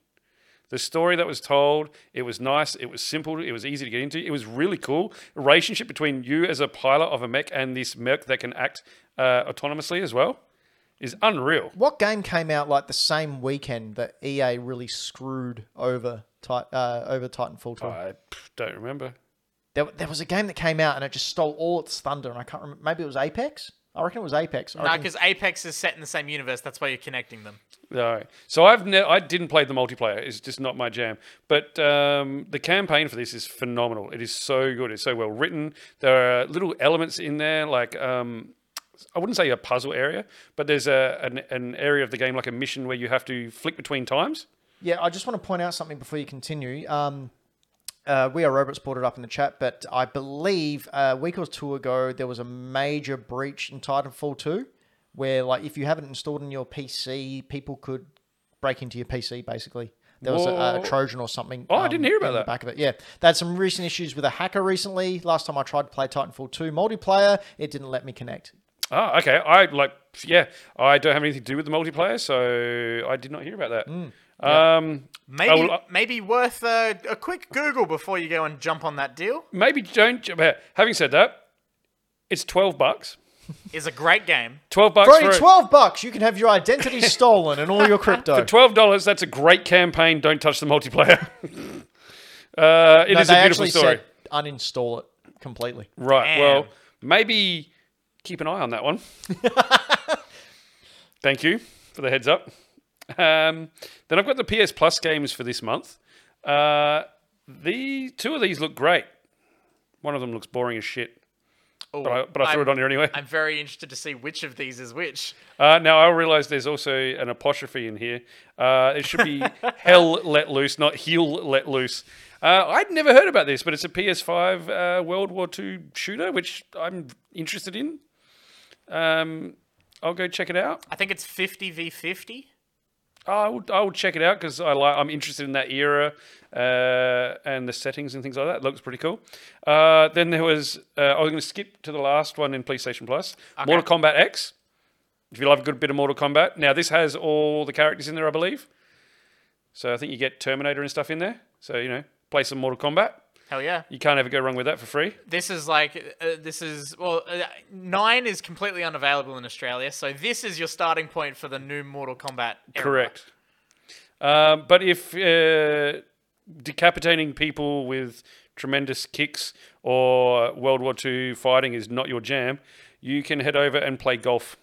Speaker 2: The story that was told, it was nice, it was simple, it was easy to get into. It was really cool. The relationship between you as a pilot of a mech and this mech that can act uh, autonomously as well is unreal.
Speaker 1: What game came out like the same weekend that EA really screwed over Tit- uh, over Titanfall 2?
Speaker 2: I pff, don't remember.
Speaker 1: There, there was a game that came out and it just stole all its thunder, and I can't remember. Maybe it was Apex. I reckon it was Apex. I
Speaker 3: No,
Speaker 1: reckon-
Speaker 3: because Apex is set in the same universe. That's why you're connecting them.
Speaker 2: Oh, No. So I've ne- I didn't play the multiplayer. It's just not my jam. But um, the campaign for this is phenomenal. It is so good. It's so well written. There are little elements in there like um, I wouldn't say a puzzle area, but there's a an, an area of the game like a mission where you have to flick between times.
Speaker 1: yeah, I just want to point out something before you continue. Um, uh, we are robots brought it up in the chat, but I believe uh, a week or two ago there was a major breach in Titanfall 2 where, like, if you haven't installed on your PC, people could break into your PC basically. There was a, a
Speaker 2: Whoa.
Speaker 1: Trojan or something. um,
Speaker 2: Oh, I didn't hear about
Speaker 1: in the
Speaker 2: that.
Speaker 1: Back of it, yeah. They had some recent issues with a hacker recently. Last time I tried to play Titanfall 2 multiplayer, it didn't let me connect.
Speaker 2: Ah, okay. I like, yeah, I don't have anything to do with the multiplayer, so I did not hear about that.
Speaker 1: Mm,
Speaker 2: Um,
Speaker 3: Maybe
Speaker 2: I will-
Speaker 3: maybe worth a, a quick Google before you go and jump on that deal.
Speaker 2: maybe don't. Having said that, it's twelve bucks.
Speaker 3: Is a great game.
Speaker 2: Twelve bucks
Speaker 1: For
Speaker 2: for
Speaker 1: only
Speaker 2: a-
Speaker 1: twelve bucks, you can have your
Speaker 2: [LAUGHS]
Speaker 1: identity stolen and all your crypto.
Speaker 2: Twelve dollars. That's a great campaign. Don't touch the multiplayer. [LAUGHS] uh, it is
Speaker 1: No,
Speaker 2: a beautiful story.
Speaker 1: said uninstall it completely.
Speaker 2: right.
Speaker 3: Damn.
Speaker 2: Well, maybe keep an eye on that one. Thank you for the heads up. Um, then I've got the PS Plus games for this month. Uh, the two of these look great. One of them looks boring as shit,
Speaker 3: Oh,
Speaker 2: but I, but I threw
Speaker 3: I'm-
Speaker 2: it on here anyway.
Speaker 3: I'm very interested to see which of these is which.
Speaker 2: Uh, now I realise there's also an apostrophe in here. Uh, it should be hell let loose, not heel let loose. Uh, I'd never heard about this, but it's a PS5 uh, World War II shooter, which I'm interested in. Um, I'll go check it out.
Speaker 3: I think it's 50 v 50.
Speaker 2: I will, I will check it out because I like. I'm interested in that era uh, and the settings and things like that. looks pretty cool. Uh, then there was. Uh, I was going to skip to the last one in PlayStation Plus. Mortal Kombat X. If you love a good bit of Mortal Kombat, now this has all the characters in there, I believe. So I think you get Terminator and stuff in there. So you know, play some Mortal Kombat.
Speaker 3: Hell yeah.
Speaker 2: You can't ever go wrong with that for free.
Speaker 3: This is like, uh, this is, well, uh, 9 is completely unavailable in Australia, so this is your starting point for the new Mortal Kombat. era.
Speaker 2: Correct. Um, but if uh, decapitating people with tremendous kicks or World War II fighting is not your jam, you can head over and play golf.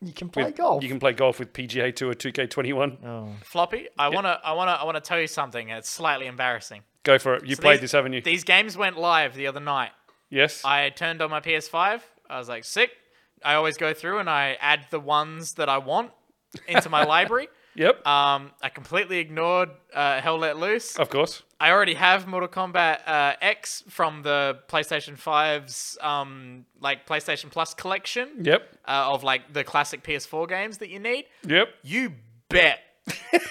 Speaker 1: You can play golf. Oh.
Speaker 2: You can play golf with PGA Tour 2K21.
Speaker 3: Floppy, I want to I want to I want to tell you something. and It's slightly embarrassing.
Speaker 2: Go for it. You
Speaker 3: So
Speaker 2: played
Speaker 3: these-
Speaker 2: this, haven't you?
Speaker 3: These games went live the other night.
Speaker 2: yes.
Speaker 3: I turned on my PS5. I was like, sick. I always go through and I add the ones that I want into my library.
Speaker 2: yep.
Speaker 3: Um, I completely ignored uh, Hell Let Loose.
Speaker 2: of course.
Speaker 3: I already have Mortal Kombat uh, X from the PlayStation 5's um, like PlayStation Plus collection
Speaker 2: Yep.
Speaker 3: uh, of like the classic PS4 games that you need.
Speaker 2: Yep.
Speaker 3: You bet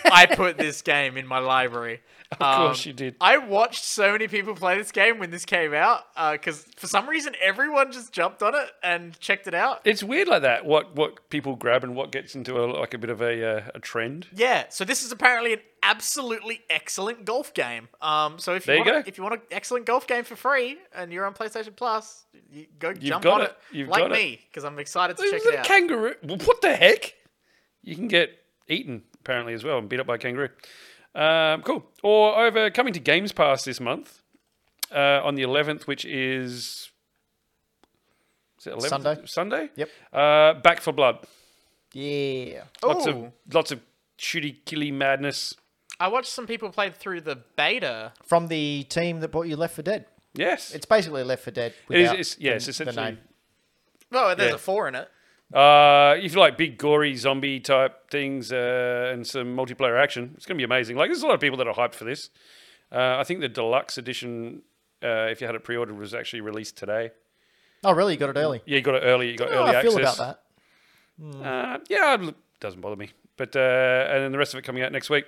Speaker 3: I put this game in my library. Of
Speaker 2: course you did.
Speaker 3: I watched so many people play this game when this came out because for some reason everyone just jumped on it and checked it out.
Speaker 2: It's weird like that. What what people grab and what gets into a, like a bit of a uh, a trend.
Speaker 3: Yeah, so this is apparently an absolutely excellent golf game. Um, so if you,
Speaker 2: There you
Speaker 3: want,
Speaker 2: go.
Speaker 3: if you want an excellent golf game for free and you're on PlayStation Plus, you go jump
Speaker 2: got
Speaker 3: on
Speaker 2: it.
Speaker 3: it,
Speaker 2: You've
Speaker 3: like
Speaker 2: got it.
Speaker 3: me because I'm excited to check
Speaker 2: There's
Speaker 3: it
Speaker 2: a
Speaker 3: out.
Speaker 2: kangaroo. Well, What the heck? You can get eaten apparently as well and beat up by a kangaroo. Um, cool. Or over coming to Games Pass this month uh, on the 11th, which is. Is it 11th?
Speaker 1: Sunday.
Speaker 2: Sunday?
Speaker 1: Yep.
Speaker 2: Uh, Back for Blood.
Speaker 1: yeah.
Speaker 2: Lots of
Speaker 3: Ooh.
Speaker 2: lots of shooty killy madness.
Speaker 3: I watched some people play through the beta.
Speaker 1: From the team that brought you Left for Dead.
Speaker 2: Yes.
Speaker 1: It's basically Left for Dead.
Speaker 2: it is,
Speaker 1: without
Speaker 2: it's, yeah, it's
Speaker 1: the- the
Speaker 2: essentially.
Speaker 1: name.
Speaker 3: Oh, there's
Speaker 2: Yeah.
Speaker 3: a four in it.
Speaker 2: Uh, if you like big gory zombie type things uh, and some multiplayer action, it's going to be amazing. Like there's a lot of people that are hyped for this. Uh, I think the deluxe edition, uh, if you had it pre-ordered, was actually released today.
Speaker 1: Oh, really? You got it early.
Speaker 2: Yeah, you got it early. You got
Speaker 1: How
Speaker 2: early
Speaker 1: do I
Speaker 2: access.
Speaker 1: feel about that?
Speaker 2: Uh, yeah, it doesn't bother me. But uh, and then the rest of it coming out next week.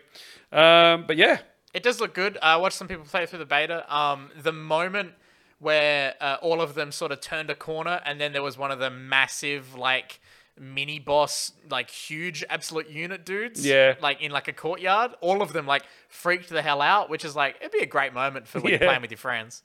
Speaker 2: Um, but yeah,
Speaker 3: It does look good. I watched some people play through the beta. Um, the moment where uh, all of them sort of turned a corner, and then there was one of the massive like mini boss, like huge absolute unit dudes.
Speaker 2: Yeah.
Speaker 3: Like in like a courtyard, all of them like freaked the hell out, which is like it'd be a great moment for when
Speaker 2: Yeah.
Speaker 3: you're playing with your friends.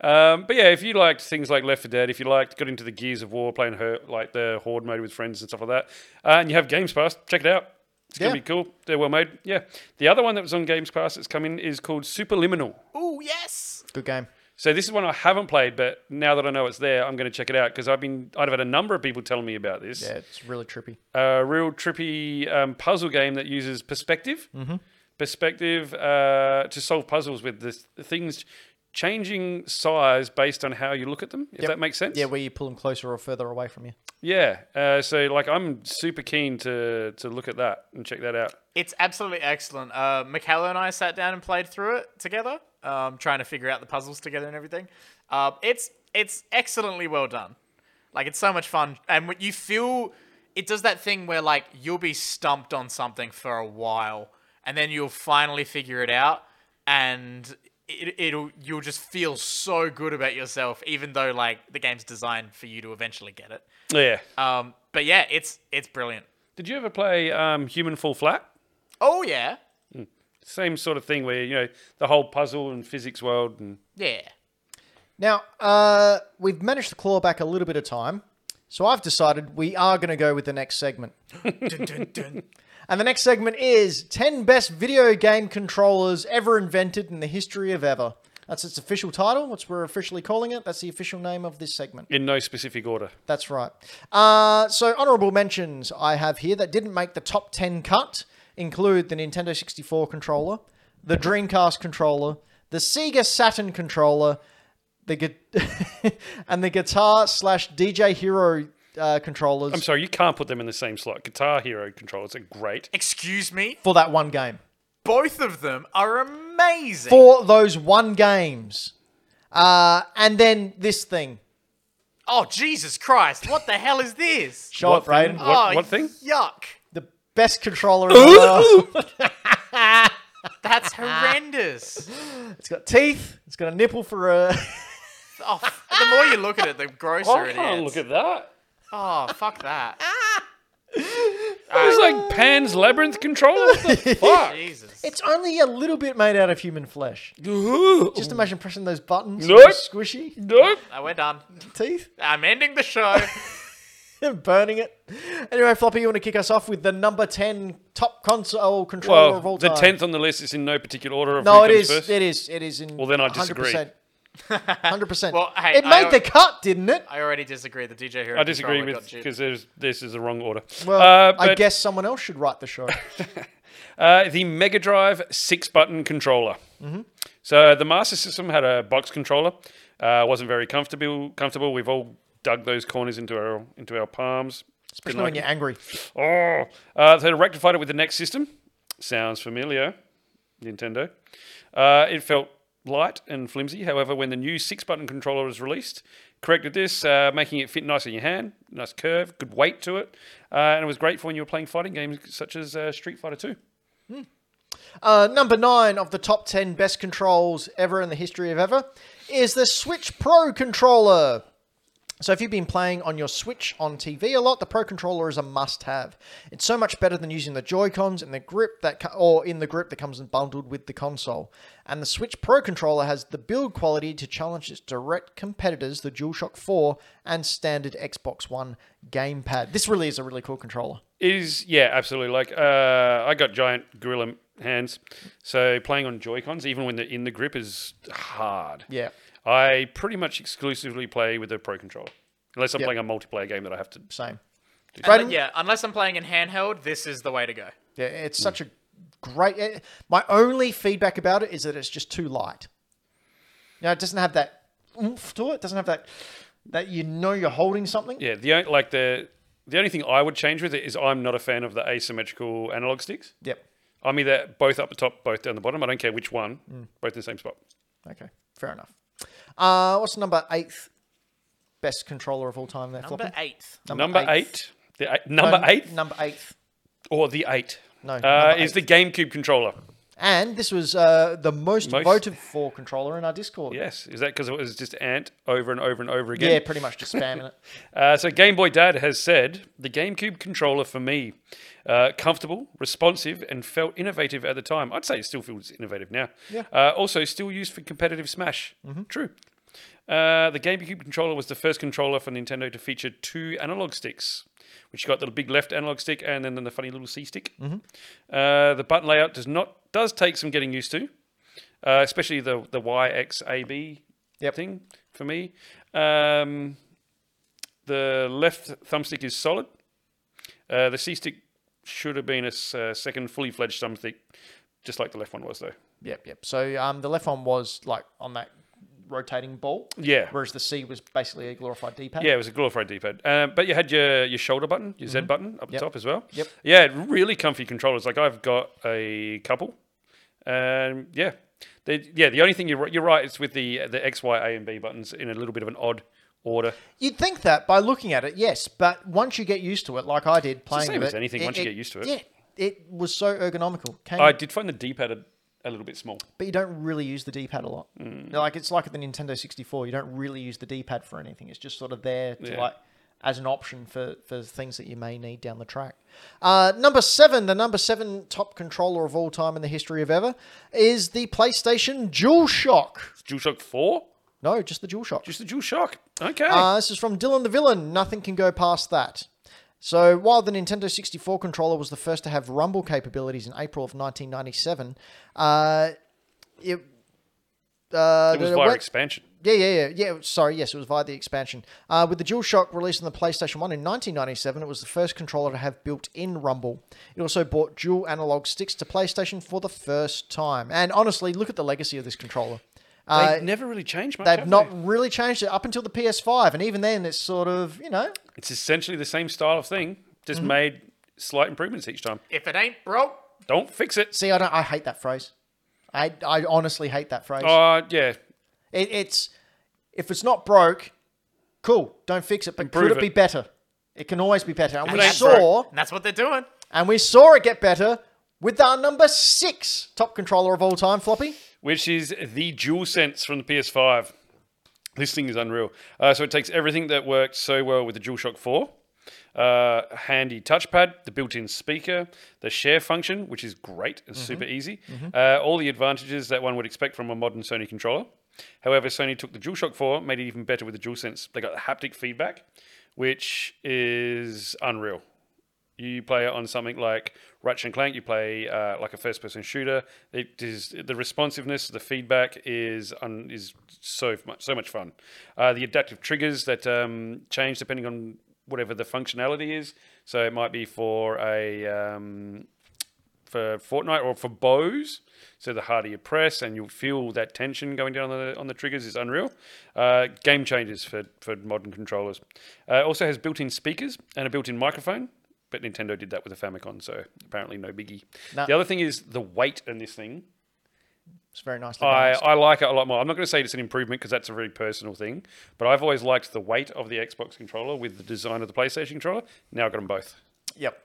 Speaker 2: Um, but yeah, if you liked things like Left 4 Dead, if you liked got into the Gears of War, playing her like the Horde mode with friends and stuff like that, uh, and you have Games Pass, check it out. It's gonna
Speaker 1: Yeah.
Speaker 2: be cool. They're well made. Yeah. The other one that was on Games Pass that's coming is called Superliminal.
Speaker 3: Ooh yes.
Speaker 1: Good game.
Speaker 2: So this is one I haven't played, but now that I know it's there, I'm gonna check it out because I've been I've had a number of people telling me about this.
Speaker 1: Yeah, it's really trippy.
Speaker 2: A real trippy um, puzzle game that uses perspective,
Speaker 1: Mm-hmm.
Speaker 2: perspective uh, to solve puzzles with this, things changing size based on how you look at them. If that makes sense.
Speaker 1: Yeah, where you pull them closer or further away from you.
Speaker 2: Yeah. Uh, so like, I'm super keen to to look at that and check that out.
Speaker 3: It's absolutely excellent. Uh, Michaela and I sat down and played through it together, um, trying to figure out the puzzles together and everything. Uh, it's it's excellently well done. Like it's so much fun, and when you feel it does that thing where like you'll be stumped on something for a while, and then you'll finally figure it out, and it, it'll you'll just feel so good about yourself, even though like the game's designed for you to eventually get it.
Speaker 2: Yeah.
Speaker 3: Um, but yeah, it's it's brilliant.
Speaker 2: Did you ever play um, Human Fall Flat?
Speaker 3: Oh yeah,
Speaker 2: Same sort of thing where you know the whole puzzle and physics world and
Speaker 3: yeah.
Speaker 1: Now, uh, we've managed to claw back a little bit of time, so I've decided we are going to go with the next segment.
Speaker 3: [LAUGHS] Dun, dun, dun.
Speaker 1: And the next segment is 10 best video game controllers ever invented in the history of ever. That's its official title, what we're officially calling it. That's the official name of this segment.
Speaker 2: in no specific order.
Speaker 1: That's right. Uh, so, honorable mentions I have here that didn't make the top 10 cut include the Nintendo 64 controller, the Dreamcast controller, the Sega Saturn controller, the gu- [LAUGHS] and the guitar slash DJ Hero uh, controllers
Speaker 2: I'm sorry, you can't put them in the same slot. Guitar Hero controllers are great.
Speaker 3: Excuse me,
Speaker 1: for that one game.
Speaker 3: both of them are amazing.
Speaker 1: For those one games. Uh, and then this thing.
Speaker 3: oh Jesus Christ! What the hell is this?
Speaker 1: Show
Speaker 2: What
Speaker 1: it, Braden.
Speaker 2: thing? What-
Speaker 3: oh,
Speaker 2: what thing?
Speaker 3: Yuck!
Speaker 1: The best controller in the world.
Speaker 2: [LAUGHS]
Speaker 3: That's horrendous.
Speaker 1: It's got teeth. It's got a nipple for a.
Speaker 3: Oh, f- the more you look at it, the grosser
Speaker 2: I
Speaker 3: it
Speaker 2: can't
Speaker 3: is.
Speaker 2: look at that.
Speaker 3: Oh, fuck that.
Speaker 2: It was like Pan's Labyrinth controller. What [LAUGHS] the Ah! fuck?
Speaker 3: Jesus.
Speaker 1: It's only a little bit made out of human flesh. Just imagine pressing those buttons.
Speaker 2: Nope.
Speaker 1: those Squishy
Speaker 2: Nope.
Speaker 3: Oh, we're done.
Speaker 1: teeth. [LAUGHS]
Speaker 3: I'm ending the show.
Speaker 2: [LAUGHS]
Speaker 1: and burning it. Anyway, Floppy, you want to kick us off with the number 10 top console controller of
Speaker 2: Well,
Speaker 1: all
Speaker 2: the
Speaker 1: time?
Speaker 2: tenth on the list is in no particular order. Of
Speaker 1: No,
Speaker 2: who
Speaker 1: it
Speaker 2: comes
Speaker 1: is.
Speaker 2: First.
Speaker 1: It is. It is in.
Speaker 2: Well, then I disagree.
Speaker 1: 100%. 100%.
Speaker 3: Well, hey,
Speaker 1: it
Speaker 3: I
Speaker 1: made
Speaker 3: al-
Speaker 1: the cut, didn't
Speaker 2: Uh,
Speaker 1: it?
Speaker 3: I already disagree. The DJ here.
Speaker 2: I disagree with
Speaker 3: because
Speaker 2: because there's this is the wrong order.
Speaker 1: Well,
Speaker 2: uh,
Speaker 1: I
Speaker 2: but,
Speaker 1: guess someone else should write the
Speaker 2: [LAUGHS]
Speaker 1: show.
Speaker 2: uh, the Mega Drive six-button controller. So the Master System had a box controller. Uh, wasn't very comfortable. Comfortable. We've all dug those corners into our into our palms.
Speaker 1: Especially when you're angry.
Speaker 2: Oh, uh, they rectified it with the next system. Sounds familiar, Nintendo. Uh, it felt light and flimsy. However, when the new six-button controller was released, corrected this, uh, making it fit nice in your hand, nice curve, good weight to it, uh, and it was great for when you were playing fighting games such as uh, Street Fighter Two.
Speaker 1: Uh, number nine of the top 10 best controls ever in the history of ever is the Switch Pro controller. So, if you've been playing on your Switch on TV a lot, the Pro controller is a must have. It's so much better than using the Joy Cons and the grip that, co- or in the grip that comes bundled with the console. And the Switch Pro controller has the build quality to challenge its direct competitors, the DualShock 4 and standard Xbox One gamepad. This really is a really cool controller.
Speaker 2: Is yeah, absolutely. Like uh, I got giant gorilla hands, so playing on Joy Cons even when they're in the grip is hard.
Speaker 1: Yeah.
Speaker 2: I pretty much exclusively play with the Pro Controller, unless I'm playing a multiplayer game that I have to
Speaker 1: Same. Braden?
Speaker 3: yeah, unless I'm playing in handheld, this is the way to go.
Speaker 1: Yeah, it's
Speaker 2: Hmm.
Speaker 1: such a great. It, my only feedback about it is that it's just too light. You know, it doesn't have that oomph to it. Doesn't have that that you know you're holding something.
Speaker 2: Yeah, the on- like the the only thing I would change with it is I'm not a fan of the asymmetrical analog sticks.
Speaker 1: Yep.
Speaker 2: I'm either both up the top, both down the bottom. I don't care which one,
Speaker 1: Mm.
Speaker 2: both in the same spot.
Speaker 1: Okay. Fair enough. Uh, what's the number eighth best controller of all time? There,
Speaker 3: Number
Speaker 1: Floppy?
Speaker 3: eighth.
Speaker 2: Number, eight, the eight, number
Speaker 1: No,
Speaker 2: eight
Speaker 1: Number eighth.
Speaker 2: or the eight.
Speaker 1: No,
Speaker 2: uh,
Speaker 1: number eight.
Speaker 2: is the GameCube controller.
Speaker 1: And this was uh, the most,
Speaker 2: Most-
Speaker 1: voted for controller in our Discord.
Speaker 2: Yes, is that because it was just ant over and over and over
Speaker 1: Yeah,
Speaker 2: again?
Speaker 1: pretty much just spamming
Speaker 2: [LAUGHS]
Speaker 1: it.
Speaker 2: Uh, so Game Boy Dad has said the GameCube controller for me, uh, comfortable, responsive, and felt innovative at the time. I'd say it still feels innovative now.
Speaker 1: Yeah. Mm-hmm.
Speaker 2: Uh, also, still used for competitive Smash. True. Uh, the GameCube controller was the first controller for Nintendo to feature two analog sticks, which you got the big left analog stick and then the funny little C stick.
Speaker 1: Mm-hmm.
Speaker 2: Uh, the button layout does not does take some getting used to, uh, especially the the Y X A B
Speaker 1: Yep.
Speaker 2: thing for me. Um, the left thumbstick is solid. Uh, the C stick should have been a s- uh, second fully fledged thumbstick, just like the left one was, though.
Speaker 1: Yep, yep. So um, the left one was like on that rotating ball.
Speaker 2: Yeah.
Speaker 1: Whereas the C was basically a glorified D-pad.
Speaker 2: Yeah, it was a glorified D-pad. Um, but you had your your shoulder button, your Z button up
Speaker 1: Mm-hmm.
Speaker 2: the
Speaker 1: Yep.
Speaker 2: top as well.
Speaker 1: Yep.
Speaker 2: Yeah, really comfy controllers. Like I've got a couple. Um, yeah, they, yeah. The only thing you're right, you're right. It's with the the X, Y, A, and B buttons in a little bit of an odd order.
Speaker 1: You'd think that by looking at it, yes. But once you get used to it, like I did playing
Speaker 2: same
Speaker 1: with
Speaker 2: as
Speaker 1: it,
Speaker 2: anything,
Speaker 1: it-
Speaker 2: once you
Speaker 1: it-
Speaker 2: get used to it.
Speaker 1: yeah, it was so ergonomical. Came,
Speaker 2: I did find the D-pad a, a little bit small.
Speaker 1: but you don't really use the D-pad a lot.
Speaker 2: Mm.
Speaker 1: Like it's like the Nintendo 64. You don't really use the D-pad for anything. It's just sort of there to
Speaker 2: Yeah.
Speaker 1: like as an option for for things that you may need down the track. Uh, number seven, the number seven top controller of all time in the history of ever, is the PlayStation DualShock.
Speaker 2: It's DualShock Four,
Speaker 1: No, just the DualShock.
Speaker 2: just the DualShock. Okay.
Speaker 1: Uh, this is from Dylan the Villain. Nothing can go past that. So, while the Nintendo 64 controller was the first to have rumble capabilities in April of 1997, uh, it. Uh,
Speaker 2: it was
Speaker 1: the-
Speaker 2: via
Speaker 1: when-
Speaker 2: expansion.
Speaker 1: yeah, yeah, yeah, yeah. Sorry, yes, it was via the expansion. Uh, with the DualShock released on the PlayStation 1 in 1997, it was the first controller to have built in Rumble. It also brought dual analog sticks to PlayStation for the first time. And honestly, look at the legacy of this controller. Uh,
Speaker 2: They've never really changed much.
Speaker 1: They've
Speaker 2: have
Speaker 1: not
Speaker 2: they?
Speaker 1: really changed it up until the PS5, and even then, it's sort of you know.
Speaker 2: It's essentially the same style of thing, just
Speaker 1: Mm-hmm.
Speaker 2: made slight improvements each time.
Speaker 3: If it ain't broke,
Speaker 2: Don't fix it.
Speaker 1: See, I don't. I hate that phrase. I I honestly hate that phrase.
Speaker 2: Uh, yeah.
Speaker 1: It, it's if it's not broke, cool. Don't fix it. But could
Speaker 2: Improve
Speaker 1: it, be
Speaker 2: it.
Speaker 1: better? It can always be better. And we
Speaker 2: ain't
Speaker 1: saw
Speaker 3: and that's what they're doing.
Speaker 1: and we saw it get better with our number six top controller of all time, Floppy.
Speaker 2: which is the DualSense from the PS5. This thing is unreal. Uh, so it takes everything that worked so well with the DualShock 4, uh, handy touchpad, the built-in speaker, the share function, which is great and super easy, uh, all the advantages that one would expect from a modern Sony controller. However, Sony took the DualShock 4, made it even better with the DualSense. They got haptic feedback, which is unreal. You play it on something like Ratchet and Clank. You play uh, like a first-person shooter. It is the responsiveness, the feedback is un, is so much so much fun. Uh, the adaptive triggers that um, change depending on whatever the functionality is. So it might be for a um, for Fortnite or for bows. So the harder you press, and you'll feel that tension going down on the on the triggers is unreal. Uh, game changers for for modern controllers. Uh, it also has built-in speakers and a built-in microphone. But Nintendo did that with the Famicom, so apparently no biggie.
Speaker 1: No.
Speaker 2: The other thing is the weight in this thing.
Speaker 1: It's very nicely
Speaker 2: I,
Speaker 1: balanced.
Speaker 2: I like it a lot more. I'm not going to say it's an improvement because that's a very personal thing, but I've always liked the weight of the Xbox controller with the design of the PlayStation controller. Now I've got them both.
Speaker 1: Yep.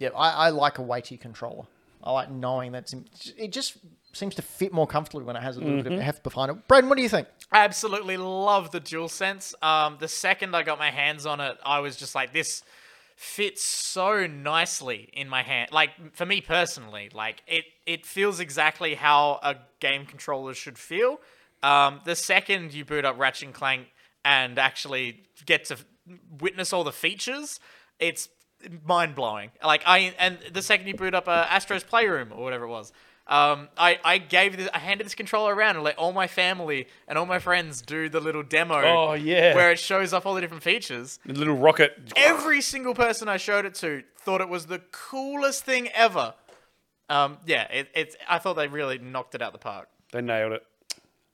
Speaker 1: Yep. I, I like a weighty controller. I like knowing that it's- it just seems to fit more comfortably when it has a little bit of heft behind it. Braden, what do you think?
Speaker 3: I absolutely love the DualSense. Um, the second I got my hands on it, I was just like, this fits so nicely in my hand. Like for me personally, like it it feels exactly how a game controller should feel. Um, the second you boot up Ratchet and Clank and actually get to witness all the features, it's mind blowing. Like I and the second you boot up uh, Astro's Playroom or whatever it was, um, I I gave this I handed this controller around and let all my family and all my friends do the little demo.
Speaker 2: Oh, yeah.
Speaker 3: where it shows off all the different features.
Speaker 2: The little rocket.
Speaker 3: Every single person I showed it to thought it was the coolest thing ever. Um, yeah, it, it's I thought they really knocked it out the park.
Speaker 2: They nailed it.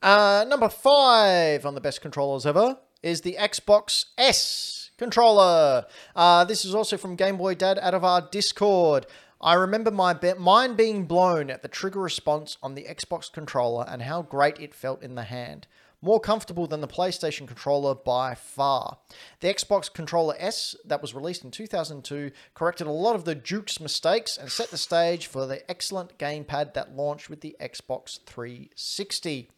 Speaker 1: Uh, number five on the best controllers ever is the Xbox S controller. Uh, this is also from Game Boy Dad out of our Discord. I remember my be- mind being blown at the trigger response on the Xbox controller and how great it felt in the hand. More comfortable than the PlayStation controller by far. The Xbox Controller S that was released in 2002 corrected a lot of the Duke's mistakes and set the stage for the excellent gamepad that launched with the Xbox 360.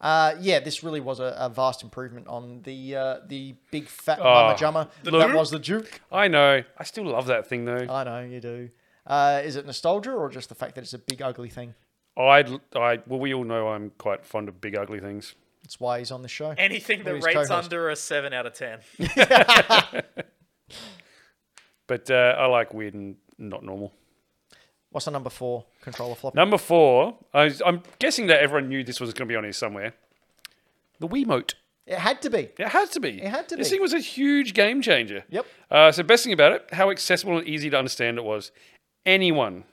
Speaker 1: Uh, yeah, this really was a, a vast improvement on the uh, the big fat mama jummer that
Speaker 2: Ah, Duke?
Speaker 1: was the Duke.
Speaker 2: I know. I still love that thing though.
Speaker 1: I know you do. Uh, is it nostalgia or just the fact that it's a big ugly thing?
Speaker 2: I, I well, we all know I'm quite fond of big ugly things.
Speaker 1: That's why he's on the show.
Speaker 3: Anything
Speaker 1: that Please, rates co-host. under
Speaker 3: a seven out of ten.
Speaker 2: But uh, I like weird and not normal.
Speaker 1: What's the number four controller flop?
Speaker 2: Number four. I was, I'm guessing that everyone knew this was going to be on here somewhere. The Wiimote.
Speaker 1: It had to be.
Speaker 2: It had to be. It
Speaker 1: had to
Speaker 2: This
Speaker 1: be.
Speaker 2: thing was a huge game changer.
Speaker 1: Yep.
Speaker 2: Uh, so best thing about it, how accessible and easy to understand it was. Anyone,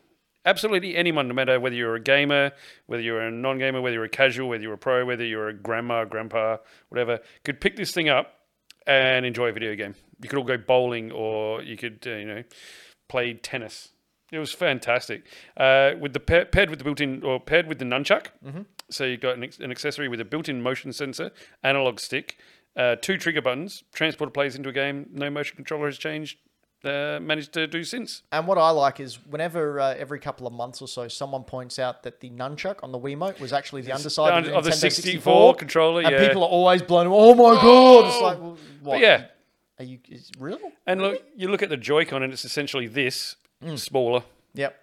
Speaker 2: absolutely anyone, no matter whether you're a gamer, whether you're a non-gamer, whether you're a casual, whether you're a pro, whether you're a grandma, grandpa, whatever, could pick this thing up and enjoy a video game. You could all go bowling, or you could, uh, you know, play tennis. It was fantastic. Uh, with the pa- paired with the built-in or paired with the nunchuck. Mm-hmm. So you got an, ex- an accessory with a built-in motion sensor, analog stick, uh, two trigger buttons. Transporter plays into a game. No motion controller has changed uh, managed to do since.
Speaker 1: And what I like is whenever uh, every couple of months or so, someone points out that the nunchuck on the Wiimote was actually the underside of the,
Speaker 2: of the
Speaker 1: Nintendo
Speaker 2: 64
Speaker 1: 64
Speaker 2: controller,
Speaker 1: and
Speaker 2: yeah.
Speaker 1: people are always blown. Oh my god! It's like, well, what?
Speaker 2: But yeah,
Speaker 1: Are you is, real?
Speaker 2: and look, you look at the Joy-Con, and it's essentially this
Speaker 1: Mm.
Speaker 2: smaller.
Speaker 1: Yep.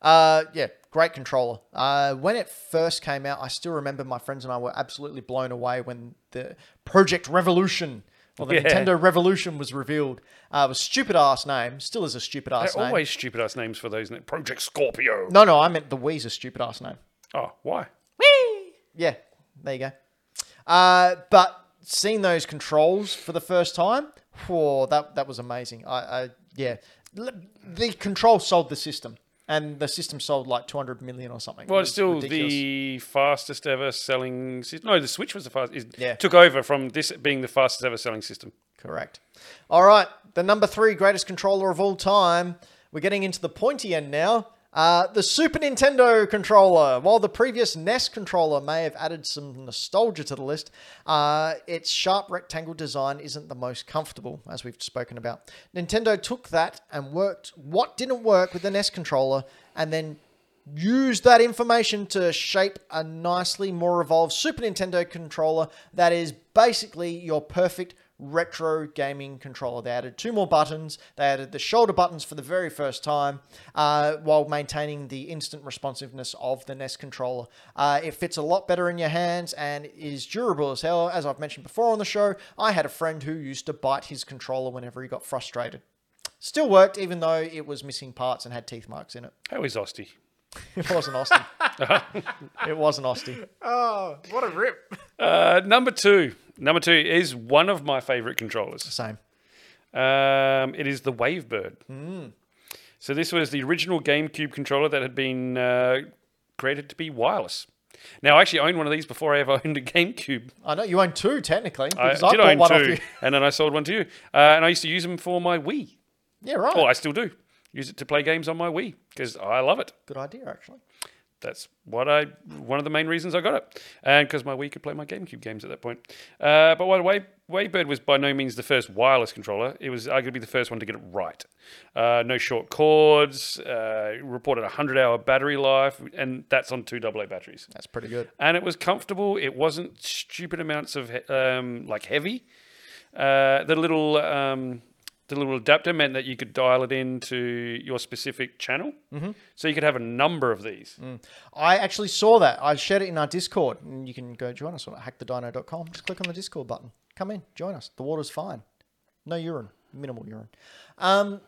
Speaker 1: Uh, yeah, great controller. Uh, when it first came out, I still remember my friends and I were absolutely blown away when the Project Revolution or the
Speaker 2: Yeah.
Speaker 1: Nintendo Revolution was revealed. Uh, it was stupid ass name. Still is a stupid ass
Speaker 2: They're
Speaker 1: name.
Speaker 2: always stupid ass names for those. Project Scorpio.
Speaker 1: No, no, I meant the Wii's a stupid ass name.
Speaker 2: Oh, why?
Speaker 1: Yeah, there you go. Uh, but seeing those controls for the first time, whoa, that that was amazing. I, I yeah, L- the control sold the system, and the system sold like 200 million or something.
Speaker 2: Well,
Speaker 1: It
Speaker 2: it's
Speaker 1: was
Speaker 2: still
Speaker 1: ridiculous.
Speaker 2: the fastest ever selling. sys- No, the Switch was the fastest. It
Speaker 1: Yeah.
Speaker 2: Took over from this being the fastest ever selling system.
Speaker 1: Correct. All right, the number three greatest controller of all time. We're getting into the pointy end now. Uh, the Super Nintendo controller. While the previous NES controller may have added some nostalgia to the list, uh, its sharp rectangle design isn't the most comfortable, as we've spoken about. Nintendo took that and worked what didn't work with the NES controller and then Use that information to shape a nicely more evolved Super Nintendo controller that is basically your perfect retro gaming controller. They added two more buttons, they added the shoulder buttons for the very first time, uh, while maintaining the instant responsiveness of the NES controller. Uh, it fits a lot better in your hands and is durable as hell. As I've mentioned before on the show, I had a friend who used to bite his controller whenever he got frustrated. Still worked, even though it was missing parts and had teeth marks in it.
Speaker 2: How is Osty?
Speaker 1: [LAUGHS] It wasn't
Speaker 2: [LAUGHS]
Speaker 1: Austin. it wasn't Austin.
Speaker 3: Oh, what a rip!
Speaker 2: Uh, number two. Number two is one of my favorite controllers.
Speaker 1: Same.
Speaker 2: Um, it is the Wavebird.
Speaker 1: Hmm.
Speaker 2: So this was the original GameCube controller that had been uh, created to be wireless. Now I actually owned one of these before I ever [LAUGHS] owned a GameCube.
Speaker 1: I know you own two technically
Speaker 2: I
Speaker 1: because I,
Speaker 2: did
Speaker 1: bought
Speaker 2: own
Speaker 1: one off
Speaker 2: two,
Speaker 1: you. [LAUGHS]
Speaker 2: and then I sold one to you. Uh, and I used to use them for my Wii.
Speaker 1: Yeah, right.
Speaker 2: Well, Oh, I still do. Use it to play games on my Wii because I love it.
Speaker 1: Good idea actually.
Speaker 2: That's what I one of the main reasons I got it, and because my Wii could play my GameCube games at that point. Uh, but while Way Waybird was by no means the first wireless controller, it was arguably the first one to get it right. Uh, no short cords, uh, reported a hundred-hour battery life, and that's on two AA batteries.
Speaker 1: That's pretty good.
Speaker 2: And it was comfortable. It wasn't stupid amounts of he- um, like heavy. Uh, the little um, the little adapter meant that you could dial it into your specific channel, mm-hmm. so you could have a number of these.
Speaker 1: Mm. I actually saw that. I shared it in our Discord, and you can go join us on hackthedino.com. Just click on the Discord button. Come in, join us. The water's fine. No urine, minimal urine. Um,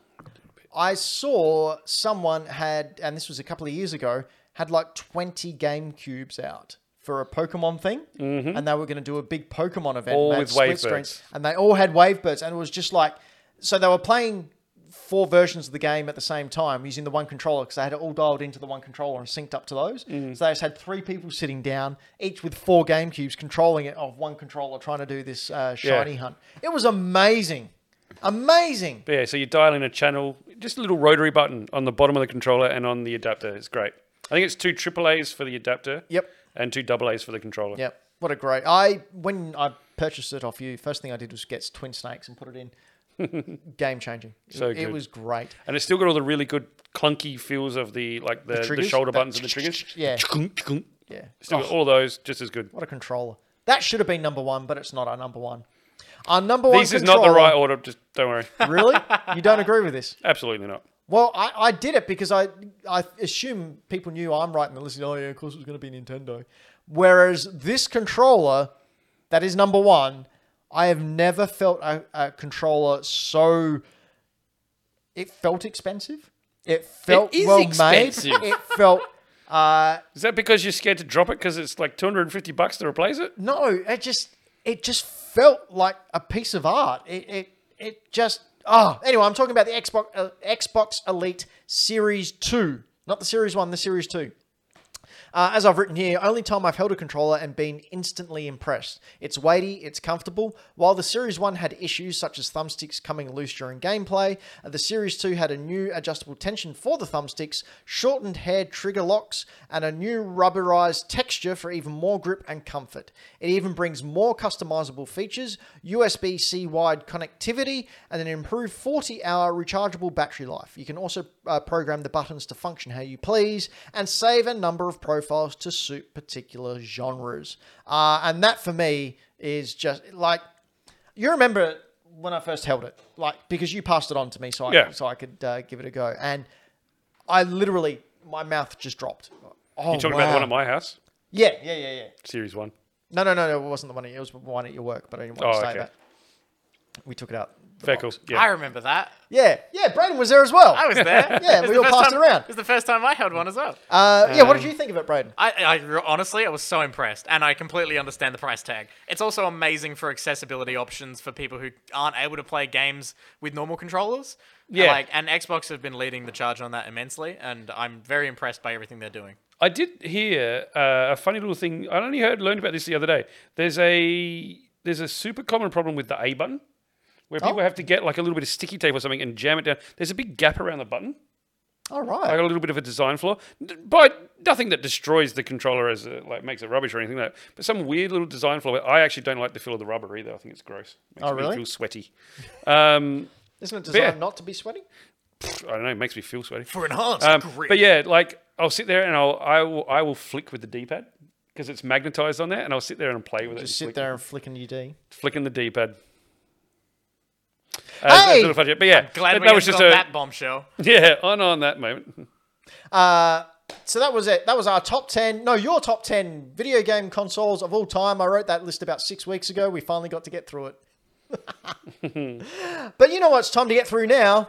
Speaker 1: I saw someone had, and this was a couple of years ago, had like 20 Game Cubes out for a Pokemon thing, mm-hmm. and they were going to do a big Pokemon event.
Speaker 2: All
Speaker 1: They had
Speaker 2: with
Speaker 1: split
Speaker 2: Wavebirds.
Speaker 1: screens, and they all had wave birds, and it was just like, so they were playing four versions of the game at the same time using the one controller because they had it all dialed into the one controller and synced up to those.
Speaker 2: Mm.
Speaker 1: So they just had three people sitting down, each with four Game Cubes, controlling it of one controller, trying to do this uh, shiny hunt. It was amazing, amazing.
Speaker 2: But yeah, so you dial in a channel, just a little rotary button on the bottom of the controller and on the adapter. It's great. I think it's two AAAs for the adapter.
Speaker 1: Yep.
Speaker 2: And two AA's for the controller.
Speaker 1: Yep. What a great. I when I purchased it off you, first thing I did was get twin snakes and put it in.
Speaker 2: [LAUGHS]
Speaker 1: Game changing.
Speaker 2: So
Speaker 1: it,
Speaker 2: good.
Speaker 1: was great.
Speaker 2: And it's still got all the really good clunky feels of the like the, the,
Speaker 1: triggers?
Speaker 2: shoulder
Speaker 1: That-
Speaker 2: buttons and the triggers.
Speaker 1: Yeah.
Speaker 2: Still
Speaker 1: Yeah.
Speaker 2: got all those just as good.
Speaker 1: What a controller. That should have been number one, but it's not our number one. Our number one.
Speaker 2: This is not the
Speaker 1: controller-
Speaker 2: right order. Just don't worry.
Speaker 1: Really?
Speaker 2: [LAUGHS]
Speaker 1: You don't agree with this?
Speaker 2: Absolutely not.
Speaker 1: Well, I, I did it because I I assume people knew I'm right in the list. Oh yeah, of course it was going to be Nintendo. Whereas this controller, that is number one, I have never felt a, a controller so. It felt expensive. It felt
Speaker 2: is
Speaker 1: well
Speaker 2: expensive.
Speaker 1: made. It felt. Uh,
Speaker 2: Is that because you're scared to drop it because it's like 250 bucks to replace it?
Speaker 1: no, it just it just felt like a piece of art. It it, it just oh anyway, I'm talking about the Xbox uh, Xbox Elite Series Two, not the Series One, the Series Two. Uh, as I've written here, only time I've held a controller and been instantly impressed. It's weighty, it's comfortable. While the Series 1 had issues such as thumbsticks coming loose during gameplay, uh, the Series 2 had a new adjustable tension for the thumbsticks, shortened hair trigger locks, and a new rubberized texture for even more grip and comfort. It even brings more customizable features, USB C wide connectivity, and an improved 40 hour rechargeable battery life. You can also uh, program the buttons to function how you please and save a number of profiles to suit particular genres. Uh, and that for me is just like you remember when I first held it, like because you passed it on to me, so I
Speaker 2: Yeah.
Speaker 1: so I could uh, give it a go. And I literally my mouth just dropped. Oh,
Speaker 2: You talking
Speaker 1: wow.
Speaker 2: about the one at my house?
Speaker 1: Yeah, yeah, yeah, yeah.
Speaker 2: Series one.
Speaker 1: No, no, no, no. It wasn't the one. At, it was one at your work, but I didn't want
Speaker 2: Oh,
Speaker 1: to say
Speaker 2: okay.
Speaker 1: that. We took it out. the
Speaker 2: Fair
Speaker 1: box.
Speaker 2: cool. Yeah.
Speaker 3: I remember that.
Speaker 1: Yeah, yeah. Braden was there as well.
Speaker 3: I was there.
Speaker 1: [LAUGHS] Yeah,
Speaker 3: It was
Speaker 1: we
Speaker 3: the
Speaker 1: all
Speaker 3: first
Speaker 1: passed it
Speaker 3: time-
Speaker 1: around.
Speaker 3: It was the first time I held one as well.
Speaker 1: Uh, yeah. What did you think of it, Braden?
Speaker 3: I, I honestly, I was so impressed, and I completely understand the price tag. It's also amazing for accessibility options for people who aren't able to play games with normal controllers.
Speaker 2: Yeah.
Speaker 3: like and Xbox have been leading the charge on that immensely, and I'm very impressed by everything they're doing.
Speaker 2: I did hear uh, a funny little thing. I only heard learned about this the other day. There's a there's a super common problem with the A button, where people
Speaker 1: Oh.
Speaker 2: have to get like a little bit of sticky tape or something and jam it down. There's a big gap around the button,
Speaker 1: All
Speaker 2: like
Speaker 1: right.
Speaker 2: a little bit of a design flaw. D- But nothing that destroys the controller as a, like makes it rubbish or anything like that. But some weird little design flaw. I actually don't like the feel of the rubber either. I think it's gross. Makes
Speaker 1: Oh,
Speaker 2: me
Speaker 1: really?
Speaker 2: Feel sweaty. Um,
Speaker 1: Isn't it
Speaker 2: yeah.
Speaker 1: designed not to be sweaty?
Speaker 2: I don't know. It makes me feel sweaty.
Speaker 3: For enhanced
Speaker 2: Um,
Speaker 3: grip,
Speaker 2: but yeah, like I'll sit there and I'll I will, I will flick with the D pad because it's magnetized on there, and I'll sit there and play with it.
Speaker 1: Just
Speaker 2: and
Speaker 1: sit
Speaker 2: flick-
Speaker 1: there and flicking your D.
Speaker 2: flicking the D pad. As- as a
Speaker 1: Hey!
Speaker 2: little fudge- but yeah,
Speaker 3: glad
Speaker 2: that,
Speaker 3: we
Speaker 2: that was
Speaker 3: ended
Speaker 2: just
Speaker 3: on
Speaker 2: a
Speaker 3: that bombshell.
Speaker 2: [LAUGHS] yeah on on that moment.
Speaker 1: Uh, so that was it. That was our top 10. No, your top 10 video game consoles of all time. I wrote that list about six weeks ago. We finally got to get through it. but you know what's time to get through now?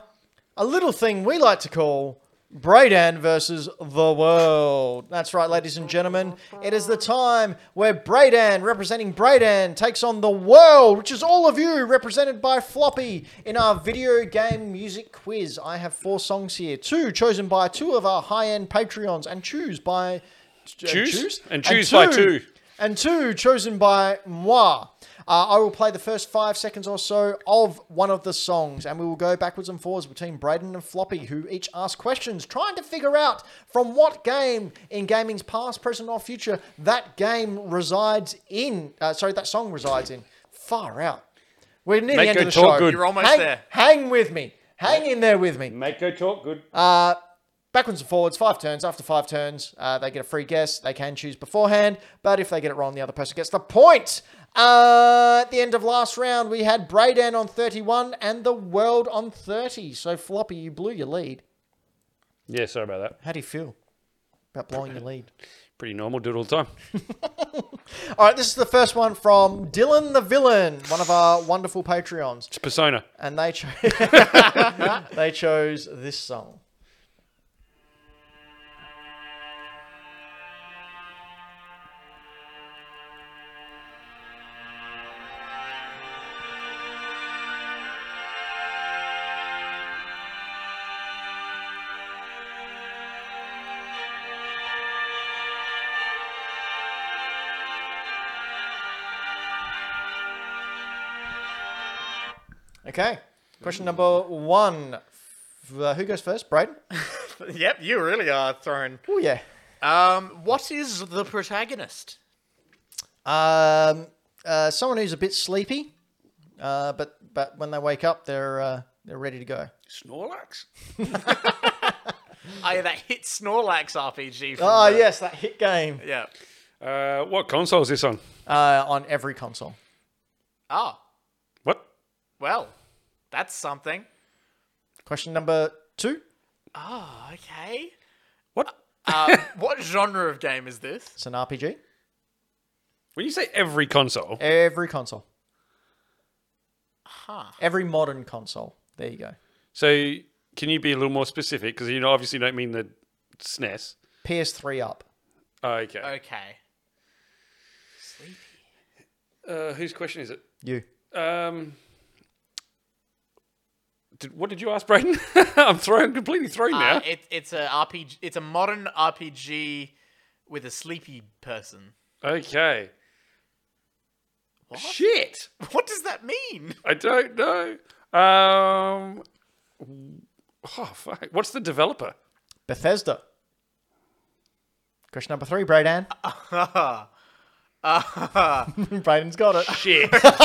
Speaker 1: A little thing we like to call Braden versus the world. That's right, ladies and gentlemen. It is the time where Braden, representing Braden, takes on the world, which is all of you, represented by Floppy, in our video game music quiz. I have four songs here, two chosen by two of our high end Patreons, and choose by.
Speaker 2: Choose? And choose by two.
Speaker 1: And two chosen by moi. Uh, I will play the first five seconds or so of one of the songs, and we will go backwards and forwards between Braden and Floppy, who each ask questions, trying to figure out from what game in gaming's past, present, or future that game resides in. Uh, sorry, that song resides in. Far out. We're near
Speaker 2: Make
Speaker 1: the end
Speaker 2: good
Speaker 1: of the
Speaker 2: talk
Speaker 1: show.
Speaker 2: good.
Speaker 3: You're almost
Speaker 1: hang,
Speaker 3: there.
Speaker 1: Hang with me. Hang in there with me
Speaker 2: Make go talk good.
Speaker 1: backwards and forwards, five turns. After five turns, uh, they get a free guess. They can choose beforehand, but if they get it wrong, the other person gets the point. Uh, at the end of last round, we had Brayden on 31 and the world on 30. So, Floppy, you blew your lead.
Speaker 2: yeah, sorry about that.
Speaker 1: How do you feel about blowing your lead?
Speaker 2: Pretty normal. Do it all the time.
Speaker 1: All right, this is the first one from Dylan the Villain, one of our wonderful Patreons.
Speaker 2: It's persona.
Speaker 1: And they, cho- [LAUGHS] they chose this song. Okay, question number one. F- Uh, who goes first? Brayden?
Speaker 3: [LAUGHS] Yep, you really are thrown.
Speaker 1: Oh, yeah.
Speaker 3: Um, what is the protagonist?
Speaker 1: Um, uh, someone who's a bit sleepy, uh, but but when they wake up, they're uh, they're ready to go.
Speaker 2: Snorlax.
Speaker 3: Oh, yeah, that hit Snorlax RPG. From
Speaker 1: Oh
Speaker 3: the-
Speaker 1: yes, that hit game
Speaker 3: yeah.
Speaker 2: Uh, what console is this on?
Speaker 1: uh, on every console.
Speaker 3: Oh,
Speaker 2: What?
Speaker 3: well, that's something.
Speaker 1: Question number two.
Speaker 3: Oh, okay.
Speaker 2: What?
Speaker 3: Um, what genre of game is this?
Speaker 1: It's an RPG.
Speaker 2: When you say every console,
Speaker 1: Every console.
Speaker 3: Huh.
Speaker 1: Every modern console. There you go.
Speaker 2: so can you be a little more specific? Because you obviously don't mean the SNES.
Speaker 1: PS3 up. Uh,
Speaker 2: Okay.
Speaker 3: Okay. Sleepy.
Speaker 2: Uh, whose question is it?
Speaker 1: You.
Speaker 2: Um, did, what did you ask, Brayden? [LAUGHS] I'm thrown completely thrown
Speaker 3: Uh,
Speaker 2: now.
Speaker 3: it, it's a RPG. It's a modern RPG with a sleepy person.
Speaker 2: Okay.
Speaker 3: What?
Speaker 2: Shit.
Speaker 3: [LAUGHS] What does that mean?
Speaker 2: I don't know. Um. Oh fuck. What's the developer?
Speaker 1: Bethesda. Question number three, [LAUGHS] Braden. Ah. [LAUGHS] Braden's got it.
Speaker 3: [LAUGHS]
Speaker 2: Shit.
Speaker 3: That's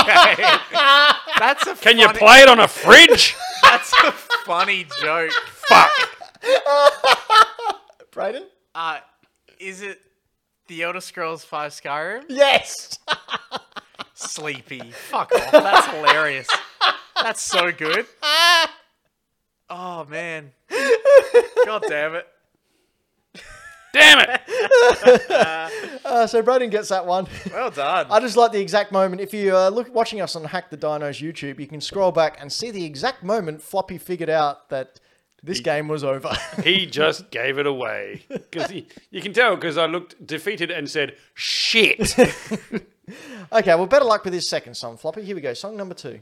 Speaker 3: a
Speaker 2: Can you
Speaker 3: funny-
Speaker 2: play it on a
Speaker 3: [LAUGHS]
Speaker 2: fridge?
Speaker 3: That's a funny joke.
Speaker 2: fuck.
Speaker 1: Braden?
Speaker 3: [LAUGHS] Uh, is it The Elder Scrolls Five Skyrim?
Speaker 1: Yes!
Speaker 3: Sleepy. Fuck off. That's hilarious. That's so [LAUGHS] good. Oh man. God damn it.
Speaker 2: Damn it.
Speaker 1: Uh, so Braden gets that one. [LAUGHS]
Speaker 3: Well done.
Speaker 1: I just like the exact moment. If you uh, look watching us on Hack the Dinos YouTube, you can scroll back and see the exact moment Floppy figured out that this game was over.
Speaker 2: He just gave it away because you can tell because I looked defeated and said
Speaker 3: [LAUGHS]
Speaker 1: [LAUGHS]
Speaker 2: shit.
Speaker 1: okay, well, better luck with his second song, Floppy. Here we go. Song number two.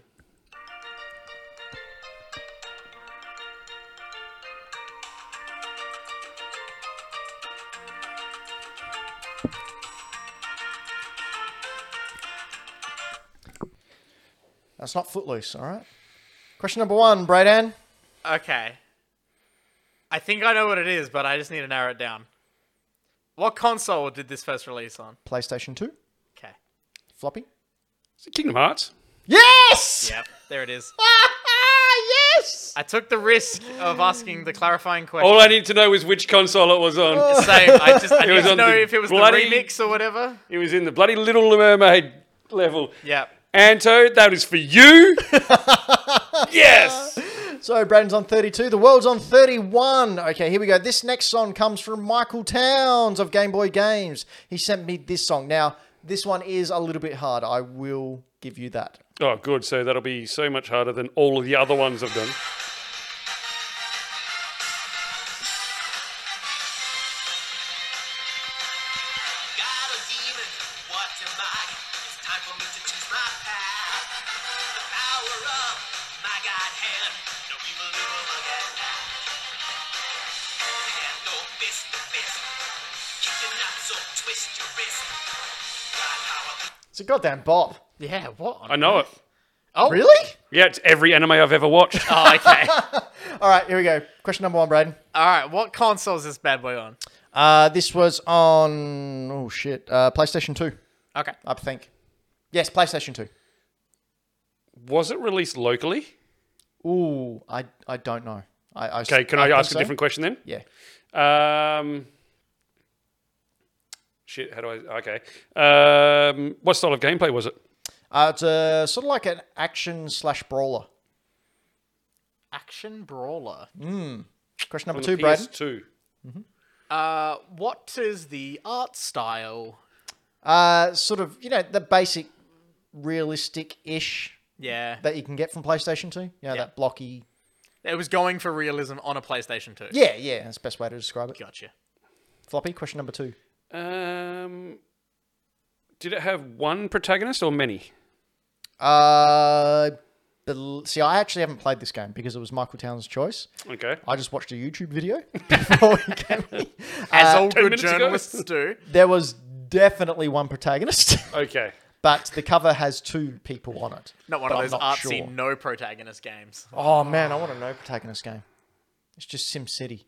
Speaker 1: That's not Footloose, all right? Question number one, Bradan.
Speaker 3: Okay. I think I know what it is, but I just need to narrow it down. What console did this first release on?
Speaker 1: PlayStation 2,
Speaker 3: Okay.
Speaker 1: Floppy.
Speaker 2: Is it Kingdom Hearts.
Speaker 1: Yes!
Speaker 3: Yep, there it is.
Speaker 1: [LAUGHS] yes!
Speaker 3: I took the risk of asking the clarifying question.
Speaker 2: All I need to know is which console it was on.
Speaker 3: Same. I
Speaker 2: [LAUGHS]
Speaker 3: just I
Speaker 2: was
Speaker 3: need to
Speaker 2: on
Speaker 3: know
Speaker 2: the
Speaker 3: if it was
Speaker 2: bloody-
Speaker 3: the remix or whatever.
Speaker 2: It was in the bloody Little Mermaid level.
Speaker 3: Yep.
Speaker 2: Anto, that is for [LAUGHS] you. yes.
Speaker 1: So Braden's on 32, the world's on 31. Okay, here we go. This next song comes from Michael Towns of Game Boy Games. He sent me this song. Now, this one is a little bit hard. I will give you that.
Speaker 2: Oh, good. So that'll be so much harder than all of the other ones I've done.
Speaker 4: Got a demon, what am I? It's time for me to choose my path. The power of my God hand, no evil new again. Hand no fist to fist, keep the knot so twist your wrist. God power.
Speaker 1: It's a goddamn bop.
Speaker 3: Yeah, what? on-
Speaker 2: I know it.
Speaker 3: Oh,
Speaker 1: Really?
Speaker 2: Yeah, it's every anime I've ever [LAUGHS] watched.
Speaker 3: Oh, okay.
Speaker 1: All right, here we go. Question number one, Braden.
Speaker 3: All right, what console is this bad boy on?
Speaker 1: Uh, this was on, oh shit, uh, PlayStation 2,
Speaker 3: Okay.
Speaker 1: I think. Yes, PlayStation 2.
Speaker 2: Was it released locally?
Speaker 1: Ooh, I, I don't know. I, I,
Speaker 2: Okay, can I,
Speaker 1: think
Speaker 2: ask
Speaker 1: so.
Speaker 2: a different question then?
Speaker 1: Yeah.
Speaker 2: Um, shit, how do I? Okay. Um, what style of gameplay was it?
Speaker 1: Uh, it's a, sort of like an action slash brawler.
Speaker 3: Action brawler.
Speaker 1: Question number
Speaker 2: On
Speaker 1: two,
Speaker 2: the
Speaker 1: Braden.
Speaker 2: PS2.
Speaker 3: Uh, what is the art style?
Speaker 1: Uh, sort of, you know, the basic realistic ish
Speaker 3: Yeah,
Speaker 1: that you can get from PlayStation 2. You know, that blocky.
Speaker 3: it was going for realism on a PlayStation Two.
Speaker 1: Yeah, yeah, that's the best way to describe it.
Speaker 3: Gotcha.
Speaker 1: Floppy, question number two.
Speaker 2: Um, did it have one protagonist or many?
Speaker 1: Uh, bel- see, I actually haven't played this game because it was Michael Town's choice.
Speaker 2: Okay.
Speaker 1: I just watched a YouTube video [LAUGHS] before he came in.
Speaker 3: As
Speaker 2: 10
Speaker 3: all good
Speaker 2: Uh, minutes ago.
Speaker 3: journalists do.
Speaker 1: There was definitely one protagonist, [LAUGHS]
Speaker 2: Okay.
Speaker 1: but the cover has two people on it.
Speaker 3: Not one
Speaker 1: But
Speaker 3: of
Speaker 1: I'm
Speaker 3: those
Speaker 1: not
Speaker 3: artsy
Speaker 1: sure.
Speaker 3: no protagonist games.
Speaker 1: Oh man, I want a no protagonist game. It's just Sim City.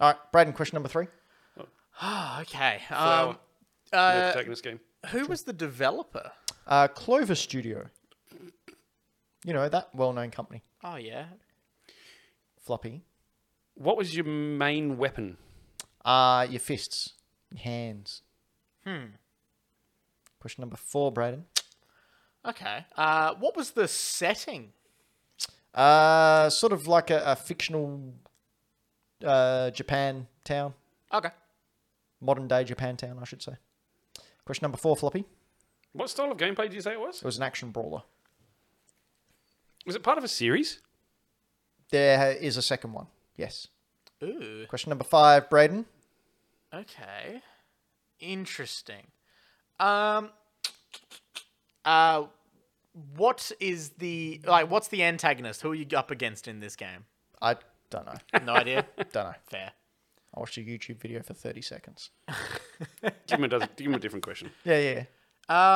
Speaker 1: All right, Braden, question number three.
Speaker 3: Oh, [LAUGHS] okay.
Speaker 2: Flower.
Speaker 3: Um,
Speaker 2: no
Speaker 3: uh,
Speaker 2: protagonist game.
Speaker 3: who was the developer?
Speaker 1: Uh, Clover Studio. You know, that well known company.
Speaker 3: Oh yeah.
Speaker 1: Floppy.
Speaker 2: What was your main weapon?
Speaker 1: Uh, your fists, your hands. Hmm. Question number four, Braden.
Speaker 3: Okay. Uh, what was the setting?
Speaker 1: Uh, sort of like a, a fictional uh, Japan town,
Speaker 3: Okay.
Speaker 1: modern day Japan town, I should say. Question number four, Floppy.
Speaker 2: What style of gameplay did you say it was?
Speaker 1: It was an action brawler.
Speaker 2: Was it part of a series?
Speaker 1: There is a second one. Yes.
Speaker 3: Ooh.
Speaker 1: Question number five, Braden.
Speaker 3: Okay. Interesting. Um uh what is the like what's the antagonist? Who are you up against in this game?
Speaker 1: I don't know.
Speaker 3: [LAUGHS] No idea.
Speaker 1: don't know.
Speaker 3: Fair.
Speaker 1: I watched a YouTube video for 30 seconds.
Speaker 2: Give him a, does- give him a different question.
Speaker 1: Yeah, yeah.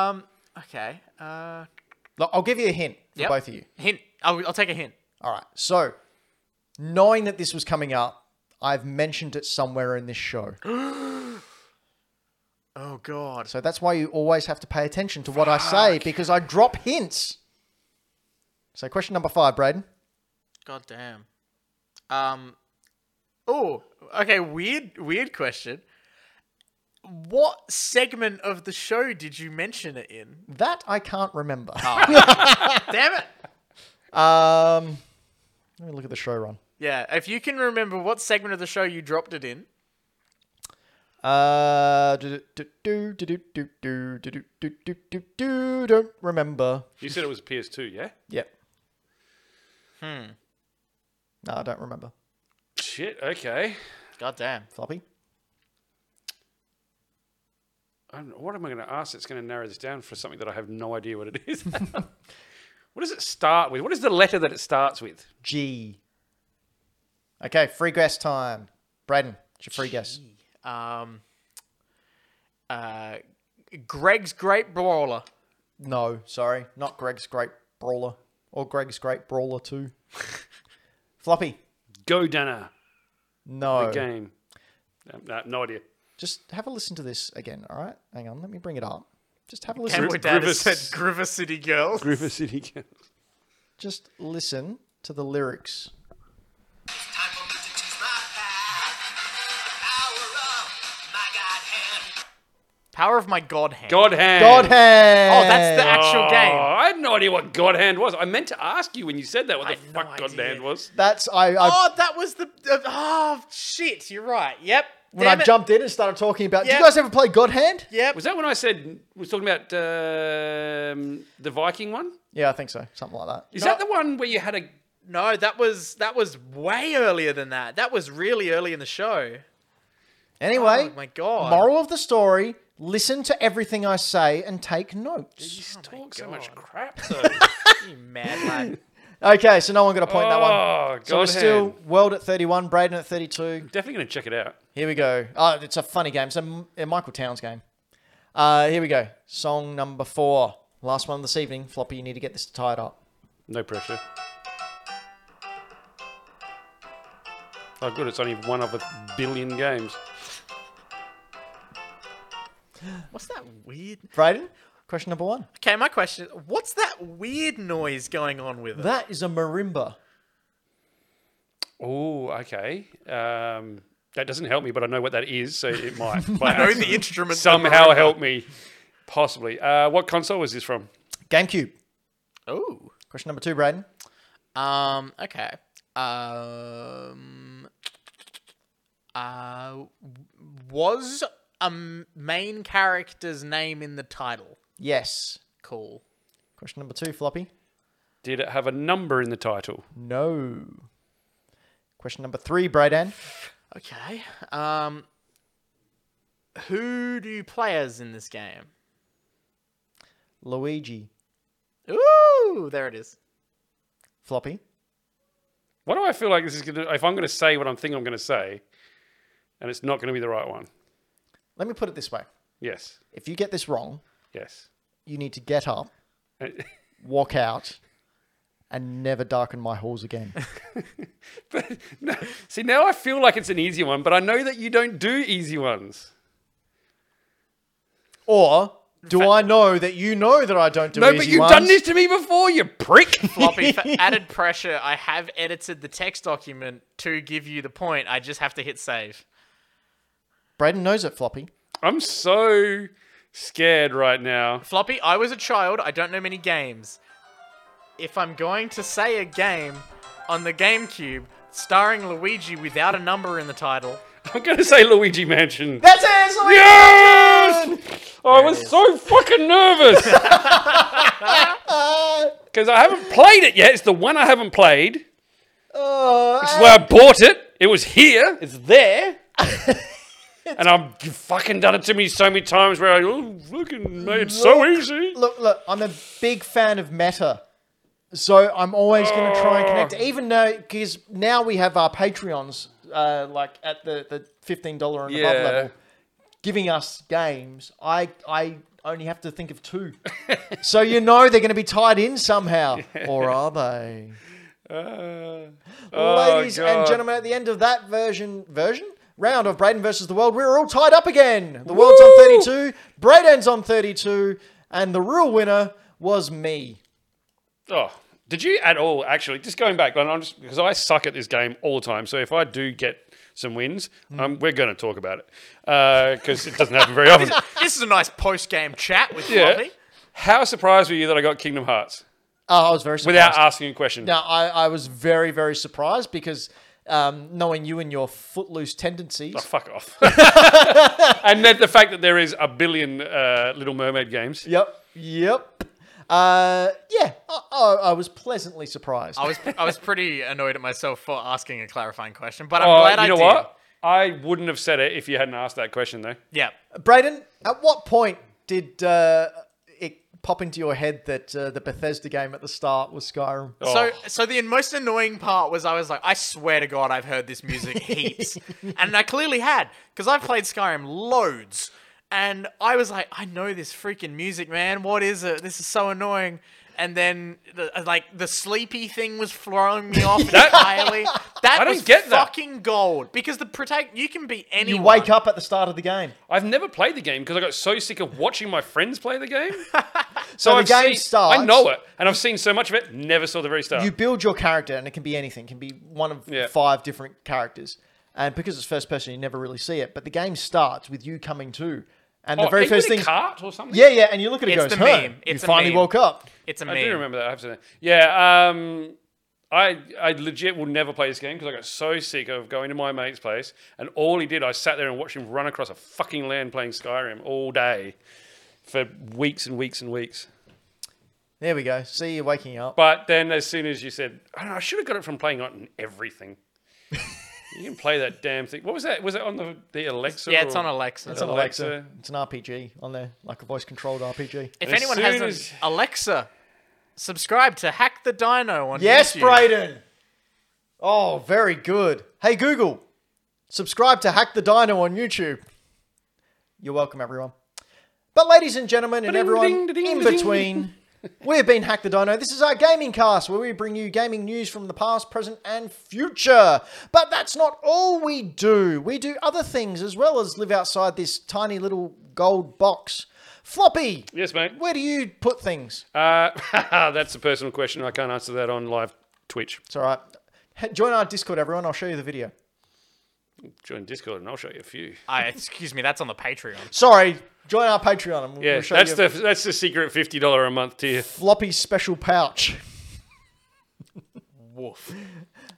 Speaker 3: Um. Okay. Uh.
Speaker 1: Look, I'll give you a hint for
Speaker 3: Yep.
Speaker 1: both of you.
Speaker 3: Hint. I'll, I'll take a hint.
Speaker 1: All right. So, knowing that this was coming up, I've mentioned it somewhere in this show.
Speaker 3: Oh God.
Speaker 1: So that's why you always have to pay attention to what I say because I drop hints. So, question number five, Braden.
Speaker 3: God damn. Um. Oh. Okay. Weird. Weird question. What segment of the show did you mention it in?
Speaker 1: That I can't remember.
Speaker 3: Damn it.
Speaker 1: Um, let me look at the show run.
Speaker 3: Yeah. If you can remember what segment of the show you dropped it in.
Speaker 1: Uh, do do do do do do do do do do do do do. Don't remember.
Speaker 2: You said it was PS2, yeah?
Speaker 1: Yep. Hmm. No, I don't remember.
Speaker 2: Shit, okay.
Speaker 3: God damn.
Speaker 1: Floppy.
Speaker 2: I'm, what am I going to ask that's going to narrow this down for something that I have no idea what it is? [LAUGHS] what does it start with? What is the letter that it starts with?
Speaker 1: G. Okay, free guess time. Braden, it's your free guess.
Speaker 3: Um. Uh. Greg's Great Brawler.
Speaker 1: No, sorry, not Greg's Great Brawler or Greg's Great Brawler
Speaker 3: [LAUGHS]
Speaker 1: Two. Floppy.
Speaker 2: Go Dana,
Speaker 1: No.
Speaker 2: the game. No, no, no idea.
Speaker 1: Just have a listen to this again. All right, hang on. Let me bring it up. Just have a listen.
Speaker 3: And
Speaker 2: Gri-
Speaker 3: my dad has said
Speaker 2: Grievous.
Speaker 3: Griver City Girls.
Speaker 2: River City Girls.
Speaker 1: Just listen to the lyrics.
Speaker 4: Time for me to choose my path. Power up, my God hand.
Speaker 3: [LAUGHS] Power of my God hand.
Speaker 2: God Hand.
Speaker 1: God
Speaker 3: Oh,
Speaker 1: hand.
Speaker 3: that's the actual
Speaker 2: Oh,
Speaker 3: game.
Speaker 2: I had no idea what God Hand was. I meant to ask you when you said that what
Speaker 3: I
Speaker 2: the
Speaker 3: had no
Speaker 2: fuck God
Speaker 3: idea.
Speaker 2: Hand was.
Speaker 1: That's I. I
Speaker 3: Oh, that was the. Uh, oh shit! You're right. Yep.
Speaker 1: when
Speaker 3: Damn
Speaker 1: I
Speaker 3: it.
Speaker 1: jumped in and started talking about.
Speaker 3: Yeah.
Speaker 1: Do you guys ever play God Hand?
Speaker 3: Yep.
Speaker 2: Was that when I said was talking about um, the Viking one?
Speaker 1: Yeah, I think so. Something like that.
Speaker 2: Is that the one where you had a
Speaker 3: No, that was that was way earlier than that. That was really early in the show.
Speaker 1: Anyway,
Speaker 3: Oh my god.
Speaker 1: moral of the story: listen to everything I say and take notes.
Speaker 2: You talk so much [LAUGHS] crap though.
Speaker 3: You mad lad.
Speaker 1: Okay, so no one got a point in that one.
Speaker 2: Oh, God
Speaker 1: So we're
Speaker 2: Hand.
Speaker 1: still World at 31, Braden at 32.
Speaker 2: Definitely going to check it out.
Speaker 1: Here we go. Oh, it's a funny game. It's a, M- a Michael Towns game. Uh, here we go. Song number four. Last one this evening. Floppy, you need to get this to tie it up.
Speaker 2: No pressure. Oh, good. It's only one of a billion games.
Speaker 3: What's that weird?
Speaker 1: Braden, question number one.
Speaker 3: Okay, my question is, what's that weird noise going on with it?
Speaker 1: That is a marimba.
Speaker 2: Oh, okay. Um, that doesn't help me, but I know what that is, so [LAUGHS] it might. by
Speaker 3: I know
Speaker 2: accident,
Speaker 3: the instrument.
Speaker 2: somehow help me. Possibly. Uh, what console was this from?
Speaker 1: GameCube.
Speaker 3: Oh.
Speaker 1: Question number two, Braden.
Speaker 3: Um. Okay. Um. Uh. Was a m- main character's name in the title?
Speaker 1: Yes.
Speaker 3: Cool.
Speaker 1: Question number two, Floppy.
Speaker 2: Did it have a number in the title?
Speaker 1: No. Question number three, Braden.
Speaker 3: Okay. Um. Who do you play as in this game?
Speaker 1: Luigi.
Speaker 3: Ooh, there it is.
Speaker 1: Floppy.
Speaker 2: Why do I feel like this is going to. If I'm going to say what I'm thinking I'm going to say, and it's not going to be the right one?
Speaker 1: Let me put it this way.
Speaker 2: Yes.
Speaker 1: If you get this wrong,
Speaker 2: Yes. [LAUGHS]
Speaker 1: you need to get up, walk out, and never darken my halls
Speaker 2: [LAUGHS]
Speaker 1: again.
Speaker 2: No, see, now I feel like it's an easy one, but I know that you don't do easy ones.
Speaker 1: Or do I know that you know that I don't do
Speaker 2: No,
Speaker 1: easy
Speaker 2: but you've
Speaker 1: ones?
Speaker 2: done this to me before, you prick. [LAUGHS]
Speaker 3: Floppy, for added pressure, I have edited the text document to give you the point. I just have to hit save.
Speaker 1: Braden knows it, Floppy.
Speaker 2: I'm so scared right now.
Speaker 3: Floppy, I was a child. I don't know many games. If I'm going to say a game on the GameCube starring Luigi without a number in the title,
Speaker 2: I'm going to say Luigi Mansion.
Speaker 1: That's it. Luigi!
Speaker 2: Yes! Oh, I was so
Speaker 1: [LAUGHS]
Speaker 2: fucking nervous because I haven't played it yet. It's the one I haven't played.
Speaker 1: Oh,
Speaker 2: It's where I bought it. It was here. It's there. [LAUGHS] and I've fucking done it to me so many times where I oh, fucking made it so easy.
Speaker 1: look, look, I'm a big fan of meta.
Speaker 2: Oh.
Speaker 1: So I'm always going to try and connect, even though because now we have our Patreons uh, like at the, the fifteen dollar and
Speaker 2: Yeah.
Speaker 1: above level, giving us games, I I only have to think of two.
Speaker 2: [LAUGHS]
Speaker 1: so you know they're going to be tied in somehow, or are they?
Speaker 2: Uh, oh,
Speaker 1: Ladies and
Speaker 2: God.
Speaker 1: gentlemen, at the end of that version version round of Braden versus the world, we're all tied up again. The world's on thirty two, Braden's on thirty two, and the real winner was me.
Speaker 2: Oh, did you at all actually? Just going back, and I'm just because I suck at this game all the time. So if I do get some wins, um, we're going to talk about it because it doesn't happen very often.
Speaker 3: This Hmm. [LAUGHS] is a nice post-game chat with
Speaker 2: Yeah.
Speaker 3: Floppy.
Speaker 2: How surprised were you that I got Kingdom Hearts
Speaker 1: Oh, I was very surprised.
Speaker 2: without asking a question?
Speaker 1: No, I, I was very, very surprised because um, knowing you and your footloose tendencies,
Speaker 2: Oh, fuck
Speaker 3: [LAUGHS]
Speaker 2: off. [LAUGHS] and then the fact that there is a billion uh, Little Mermaid games.
Speaker 1: Yep. Yep. Uh, yeah, I, I, I was pleasantly surprised.
Speaker 3: I was I was pretty annoyed at myself for asking a clarifying question, but I'm
Speaker 2: Oh,
Speaker 3: glad
Speaker 2: you
Speaker 3: I
Speaker 2: know
Speaker 3: did.
Speaker 2: what? I wouldn't have said it if you hadn't asked that question, though.
Speaker 3: Yeah.
Speaker 1: Braden, at what point did uh, it pop into your head that uh, the Bethesda game at the start was Skyrim?
Speaker 3: So,
Speaker 2: Oh.
Speaker 3: so the most annoying part was I was like, I swear to God, I've heard
Speaker 2: [LAUGHS]
Speaker 3: this music heaps, and I clearly had because I've played Skyrim loads, and I was like, I know this freaking music, man. What is it? This is so annoying. And then, the, uh, like the sleepy thing was throwing me
Speaker 2: [LAUGHS]
Speaker 3: off entirely. That
Speaker 2: I don't
Speaker 3: was
Speaker 2: get that.
Speaker 3: fucking gold because the protect you can be
Speaker 1: You
Speaker 3: anyone.
Speaker 1: wake up at the start of the game.
Speaker 2: I've never played the game because I got so sick of watching my friends play
Speaker 1: [LAUGHS]
Speaker 2: the game. so
Speaker 1: the
Speaker 2: I've
Speaker 1: game
Speaker 2: seen,
Speaker 1: starts-
Speaker 2: I know it, and I've seen so much of it. Never saw the very start.
Speaker 1: You build your character, and it can be anything. It can be one of
Speaker 2: Yeah.
Speaker 1: five different characters. And because it's first person, you never really see it. But the game starts with you coming to. And the
Speaker 2: Oh,
Speaker 1: very
Speaker 2: ain't it
Speaker 1: first
Speaker 2: a
Speaker 1: thing.
Speaker 2: cart or something.
Speaker 1: Yeah, yeah, and you look at it
Speaker 3: It's
Speaker 1: and goes,
Speaker 3: the
Speaker 1: huh,
Speaker 3: meme. It's
Speaker 1: you
Speaker 3: a
Speaker 1: finally
Speaker 3: meme.
Speaker 1: woke up.
Speaker 3: It's a
Speaker 2: I do
Speaker 3: meme.
Speaker 2: remember that. I've seen that. Yeah, um, I I legit will never play this game because I got so sick of going to my mate's place, and all he did, I sat there and watched him run across a fucking land playing Skyrim all day for weeks and weeks and weeks.
Speaker 1: There we go. See you waking up.
Speaker 2: But then, as soon as you said, I don't know, I should have got it from playing on everything. you can play that damn thing. What was that? Was it on the, the Alexa?
Speaker 3: Yeah, it's on
Speaker 2: or-
Speaker 3: Alexa.
Speaker 1: It's on
Speaker 2: Alexa.
Speaker 1: Alexa. It's an RPG on there, like a voice controlled RPG.
Speaker 3: If
Speaker 2: As
Speaker 3: anyone
Speaker 2: soon
Speaker 3: has
Speaker 2: as-
Speaker 3: an Alexa, subscribe to Hack the Dino on
Speaker 1: Yes,
Speaker 3: YouTube.
Speaker 1: Brayden. Oh, very good. Hey, Google, subscribe to Hack the Dino on YouTube. You're welcome, everyone. But, ladies and gentlemen, and
Speaker 2: Ba-ding,
Speaker 1: everyone
Speaker 2: ding, da-ding,
Speaker 1: in
Speaker 2: da-ding.
Speaker 1: between, we have been Hack the Dino. This is our gaming cast where we bring you gaming news from the past, present, and future. But that's not all we do. We do other things as well as live outside this tiny little gold box. Floppy,
Speaker 2: Yes, mate.
Speaker 1: where do you put things?
Speaker 2: Uh, [LAUGHS] that's a personal question. I can't answer that on live Twitch.
Speaker 1: It's all right. Hey, Join our Discord, everyone. I'll show you the video.
Speaker 2: Join Discord and I'll show you a few.
Speaker 3: I, excuse me, that's on the Patreon.
Speaker 1: Sorry, join our Patreon. And we'll
Speaker 2: Yeah,
Speaker 1: show
Speaker 2: that's
Speaker 1: you
Speaker 2: the that's the secret fifty dollar a month tier.
Speaker 1: floppy special pouch.
Speaker 3: Woof.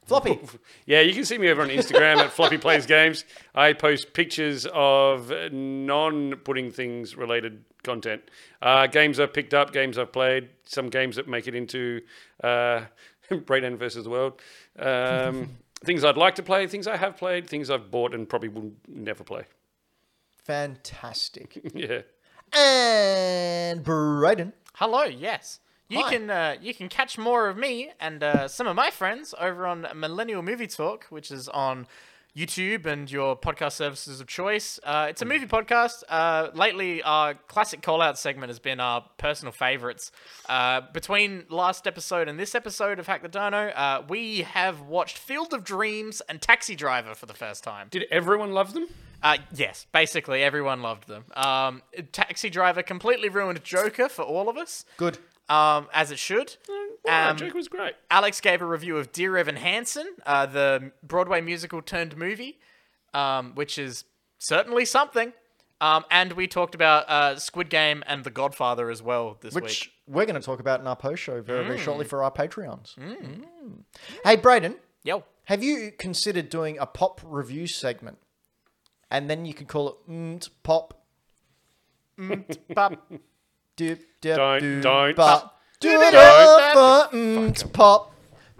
Speaker 1: Floppy. [LAUGHS]
Speaker 2: Yeah, you can see me over on Instagram at Floppy Plays Games. I post pictures of non putting things related content. Uh, games I've picked up, games I've played, some games that make it into uh, [LAUGHS] Brayden versus the World. [LAUGHS] Um, things I'd like to play, things I have played, things I've bought and probably will never play. [LAUGHS]
Speaker 1: Fantastic.
Speaker 2: Yeah.
Speaker 1: And Brayden.
Speaker 3: Hello, yes. You
Speaker 1: Hi.
Speaker 3: can uh, you can catch more of me and uh, some of my friends over on Millennial Movie Talk, which is on YouTube and your podcast services of choice. Uh, it's a movie podcast. Uh, lately, our classic call out segment has been our personal favorites. Uh, between last episode and this episode of Hack the Dino, uh, we have watched Field of Dreams and Taxi Driver for the first time.
Speaker 2: Did everyone love them?
Speaker 3: Uh, yes, basically everyone loved them. Um, Taxi Driver completely ruined Joker for all of us,
Speaker 1: Good.
Speaker 3: um, as it should.
Speaker 2: Wow,
Speaker 3: Um,
Speaker 2: Joker was great.
Speaker 3: Alex gave a review of Dear Evan Hansen, uh, the Broadway musical turned movie, um, which is certainly something. Um, and we talked about uh, Squid Game and The Godfather as well this
Speaker 1: Which
Speaker 3: week.
Speaker 1: we're going to talk about in our post show very, very shortly for our Patreons. Mm. Hey, Brayden,
Speaker 3: Yo,
Speaker 1: have you considered doing a pop review segment? And then you can call it mm, pop. Mm,
Speaker 3: Bub.
Speaker 1: Do, do,
Speaker 2: Don't-
Speaker 1: do,
Speaker 2: don't.
Speaker 1: But, do it
Speaker 2: Don't.
Speaker 1: all for mm, pop.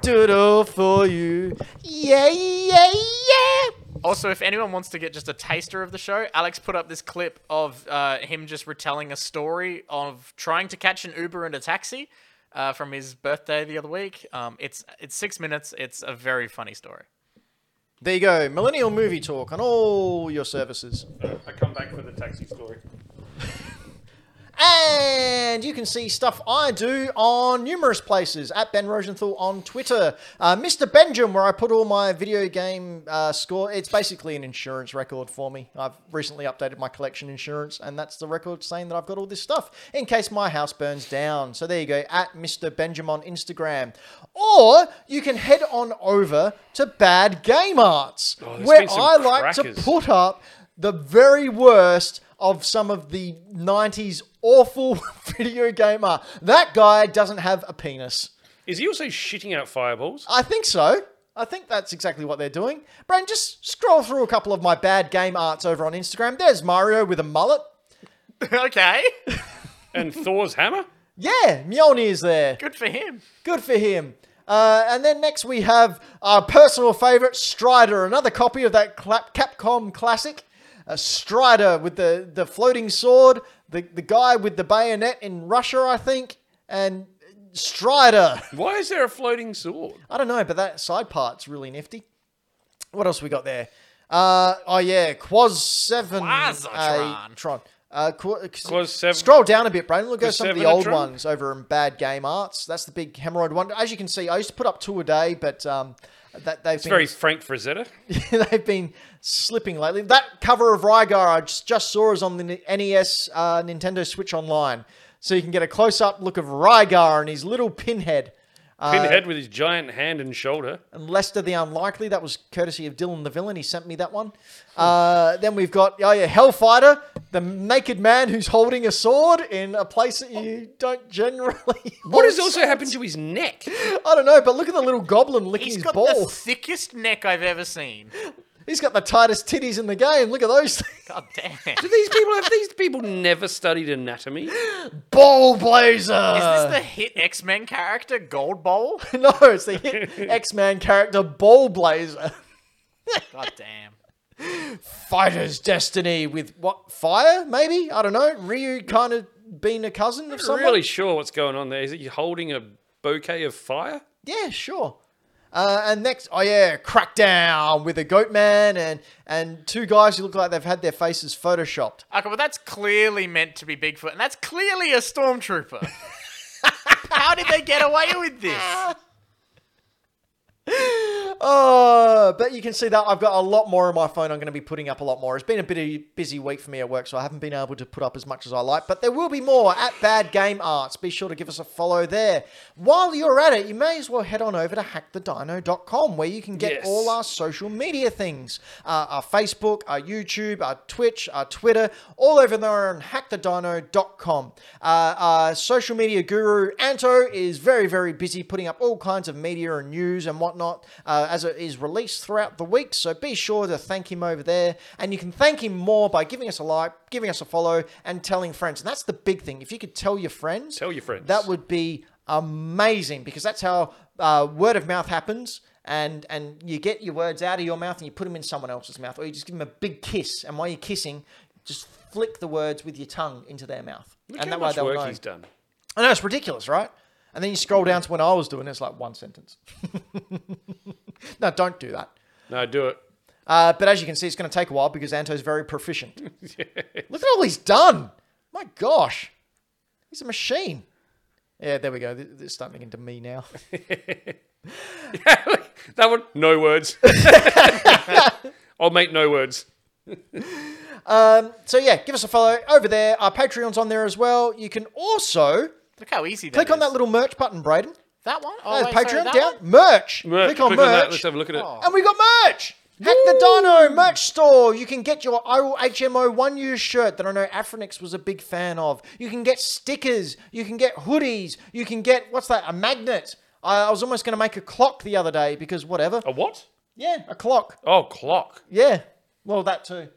Speaker 1: Do it all for you. Yeah, yeah, yeah.
Speaker 3: Also, if anyone wants to get just a taster of the show, Alex put up this clip of uh, him just retelling a story of trying to catch an Uber and a taxi uh, from his birthday the other week. Um, it's it's six minutes. It's a very funny story. [LAUGHS]
Speaker 1: There you go. Millennial movie talk on all your services.
Speaker 2: I come back for the taxi story.
Speaker 1: And you can see stuff I do on numerous places at Ben Rosenthal on Twitter. Uh, Mr. Benjamin, where I put all my video game uh, score. It's basically an insurance record for me. I've recently updated my collection insurance, and that's the record saying that I've got all this stuff in case my house burns down. So there you go, at Mr. Benjamin on Instagram. Or you can head on over to Bad Game Arts,
Speaker 2: Oh, there's
Speaker 1: where
Speaker 2: been some
Speaker 1: I like to
Speaker 2: crackers.
Speaker 1: put put up the very worst of some of the 90s awful [LAUGHS] video game art. That guy doesn't have a penis.
Speaker 2: Is he also shitting out fireballs?
Speaker 1: I think so. I think that's exactly what they're doing. Brandon, just scroll through a couple of my bad game arts over on Instagram. There's Mario with a mullet.
Speaker 3: okay,
Speaker 2: And Thor's hammer?
Speaker 1: Yeah, Mjolnir's there.
Speaker 3: good for him.
Speaker 1: Good for him. Uh, and then next we have our personal favourite, Strider, another copy of that cla- Capcom classic. Uh, Strider with the, the floating sword, the, the guy with the bayonet in Russia, I think, and Strider.
Speaker 2: Why is there a floating sword?
Speaker 1: I don't know, but that side part's really nifty. What else we got there? Uh, oh yeah, Quaz Seven,
Speaker 3: Quasatron.
Speaker 1: uh, Tron. Uh, Qua-
Speaker 2: Quaz Seven-
Speaker 1: Scroll down a bit, Brandon. Look at some of the old
Speaker 2: Sevenatron?
Speaker 1: ones over in Bad Game Arts. That's the big hemorrhoid one. As you can see, I used to put up two a day, but um, that they've
Speaker 2: It's
Speaker 1: been
Speaker 2: very Frank Frazetta.
Speaker 1: they've been [LAUGHS] slipping lately. That cover of Rygar I just, just saw is on the NES uh, Nintendo Switch Online, so you can get a close up look of Rygar and his little pinhead. Uh,
Speaker 2: Pinhead with his giant hand and shoulder.
Speaker 1: and Lester the Unlikely. That was courtesy of Dylan the Villain. He sent me that one. Uh, then we've got oh yeah, Hellfighter, the naked man who's holding a sword in a place that you don't generally. [LAUGHS]
Speaker 2: What has also happened to his neck?
Speaker 1: I don't know, but look at the little goblin licking
Speaker 3: He's
Speaker 1: his
Speaker 3: got
Speaker 1: ball.
Speaker 3: the thickest neck I've ever seen.
Speaker 1: He's got the tightest titties in the game. Look at those things. [LAUGHS]
Speaker 3: God damn.
Speaker 2: Do these people have these people never studied anatomy?
Speaker 1: ball blazer.
Speaker 3: Is this the hit X Men character, Gold Bowl?
Speaker 1: [LAUGHS] no, it's the hit X-Man character Ball Blazer.
Speaker 3: God damn.
Speaker 1: Fighter's destiny with what fire? Maybe I don't know. Ryu kind of been a cousin of
Speaker 2: I'm
Speaker 1: someone.
Speaker 2: not really sure what's going on there. Is he holding a bouquet of fire?
Speaker 1: Yeah, sure. Uh, and next, oh yeah, Crackdown with a goat man and and two guys who look like they've had their faces photoshopped.
Speaker 3: Okay, well, that's clearly meant to be Bigfoot, and that's clearly a stormtrooper. How did they get away with this?
Speaker 1: Oh, but you can see that I've got a lot more on my phone. I'm going to be putting up a lot more. It's been a bit of busy week for me at work, so I haven't been able to put up as much as I like. But there will be more at Bad Game Arts. Be sure to give us a follow there. While you're at it, you may as well head on over to hackthedino.com where you can get
Speaker 2: Yes.
Speaker 1: all our social media things uh, our Facebook, our YouTube, our Twitch, our Twitter, all over there on hackthedino.com. Uh, our social media guru Anto is very, very busy putting up all kinds of media and news and whatnot uh, as it is released throughout the week. So be sure to thank him over there. And you can thank him more by giving us a like, giving us a follow, and telling friends. And that's the big thing. If you could tell your friends,
Speaker 2: Tell your friends.
Speaker 1: that would be amazing because that's how uh, word of mouth happens. And, and you get your words out of your mouth and you put them in someone else's mouth, or you just give them a big kiss. And while you're kissing, just flick the words with your tongue into their mouth.
Speaker 2: Look
Speaker 1: and
Speaker 2: how
Speaker 1: that way
Speaker 2: much
Speaker 1: they'll
Speaker 2: work
Speaker 1: know.
Speaker 2: he's done.
Speaker 1: I know it's ridiculous, right? And then you scroll down to when I was doing it, it's like one sentence. [LAUGHS] no, don't do that.
Speaker 2: No, do it. [LAUGHS]
Speaker 1: Uh, but as you can see, it's going to take a while because Anto's very proficient.
Speaker 3: [LAUGHS]
Speaker 1: Look at all he's done. My gosh. He's a machine. Yeah, there we go. Th- It's starting into me
Speaker 3: [LAUGHS]
Speaker 1: now.
Speaker 2: that one,
Speaker 1: [LAUGHS]
Speaker 2: no words. I'll make no words.
Speaker 1: So, yeah, give us a follow over there. Our Patreon's on there as well. You can also
Speaker 3: Look how easy that
Speaker 1: click on
Speaker 3: is.
Speaker 1: that little merch button, Braden.
Speaker 3: That one? Oh,
Speaker 1: Uh,
Speaker 3: wait, sorry,
Speaker 1: Patreon
Speaker 3: that
Speaker 1: down.
Speaker 3: one?
Speaker 1: Merch.
Speaker 2: Merch,
Speaker 1: Click on
Speaker 2: click
Speaker 1: merch. Oh.
Speaker 2: on that. Let's have a look at it.
Speaker 1: And we got merch. Hack the Dino merch store. You can get your HMO one year shirt that I know Afronix was a big fan of. You can get stickers. You can get hoodies. You can get, what's that, a magnet. I, I was almost going to make a clock the other day because whatever.
Speaker 2: A what?
Speaker 1: Yeah, a clock.
Speaker 2: Oh, clock.
Speaker 1: Yeah. Well, that too.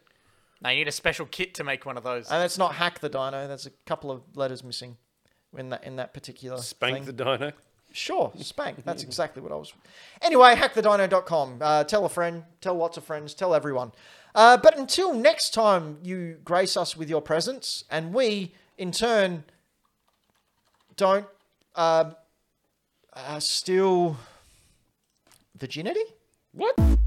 Speaker 3: Now you need a special kit to make one of those.
Speaker 1: And that's not hack the dino. There's a couple of letters missing in that in that particular thing.
Speaker 2: Bank the dino.
Speaker 1: Sure, spank. That's exactly what I was. Anyway, hackthedino.com. Uh, tell a friend, tell lots of friends, tell everyone. Uh, but until next time, you grace us with your presence, and we, in turn, don't um, uh, uh, steal virginity?
Speaker 2: What?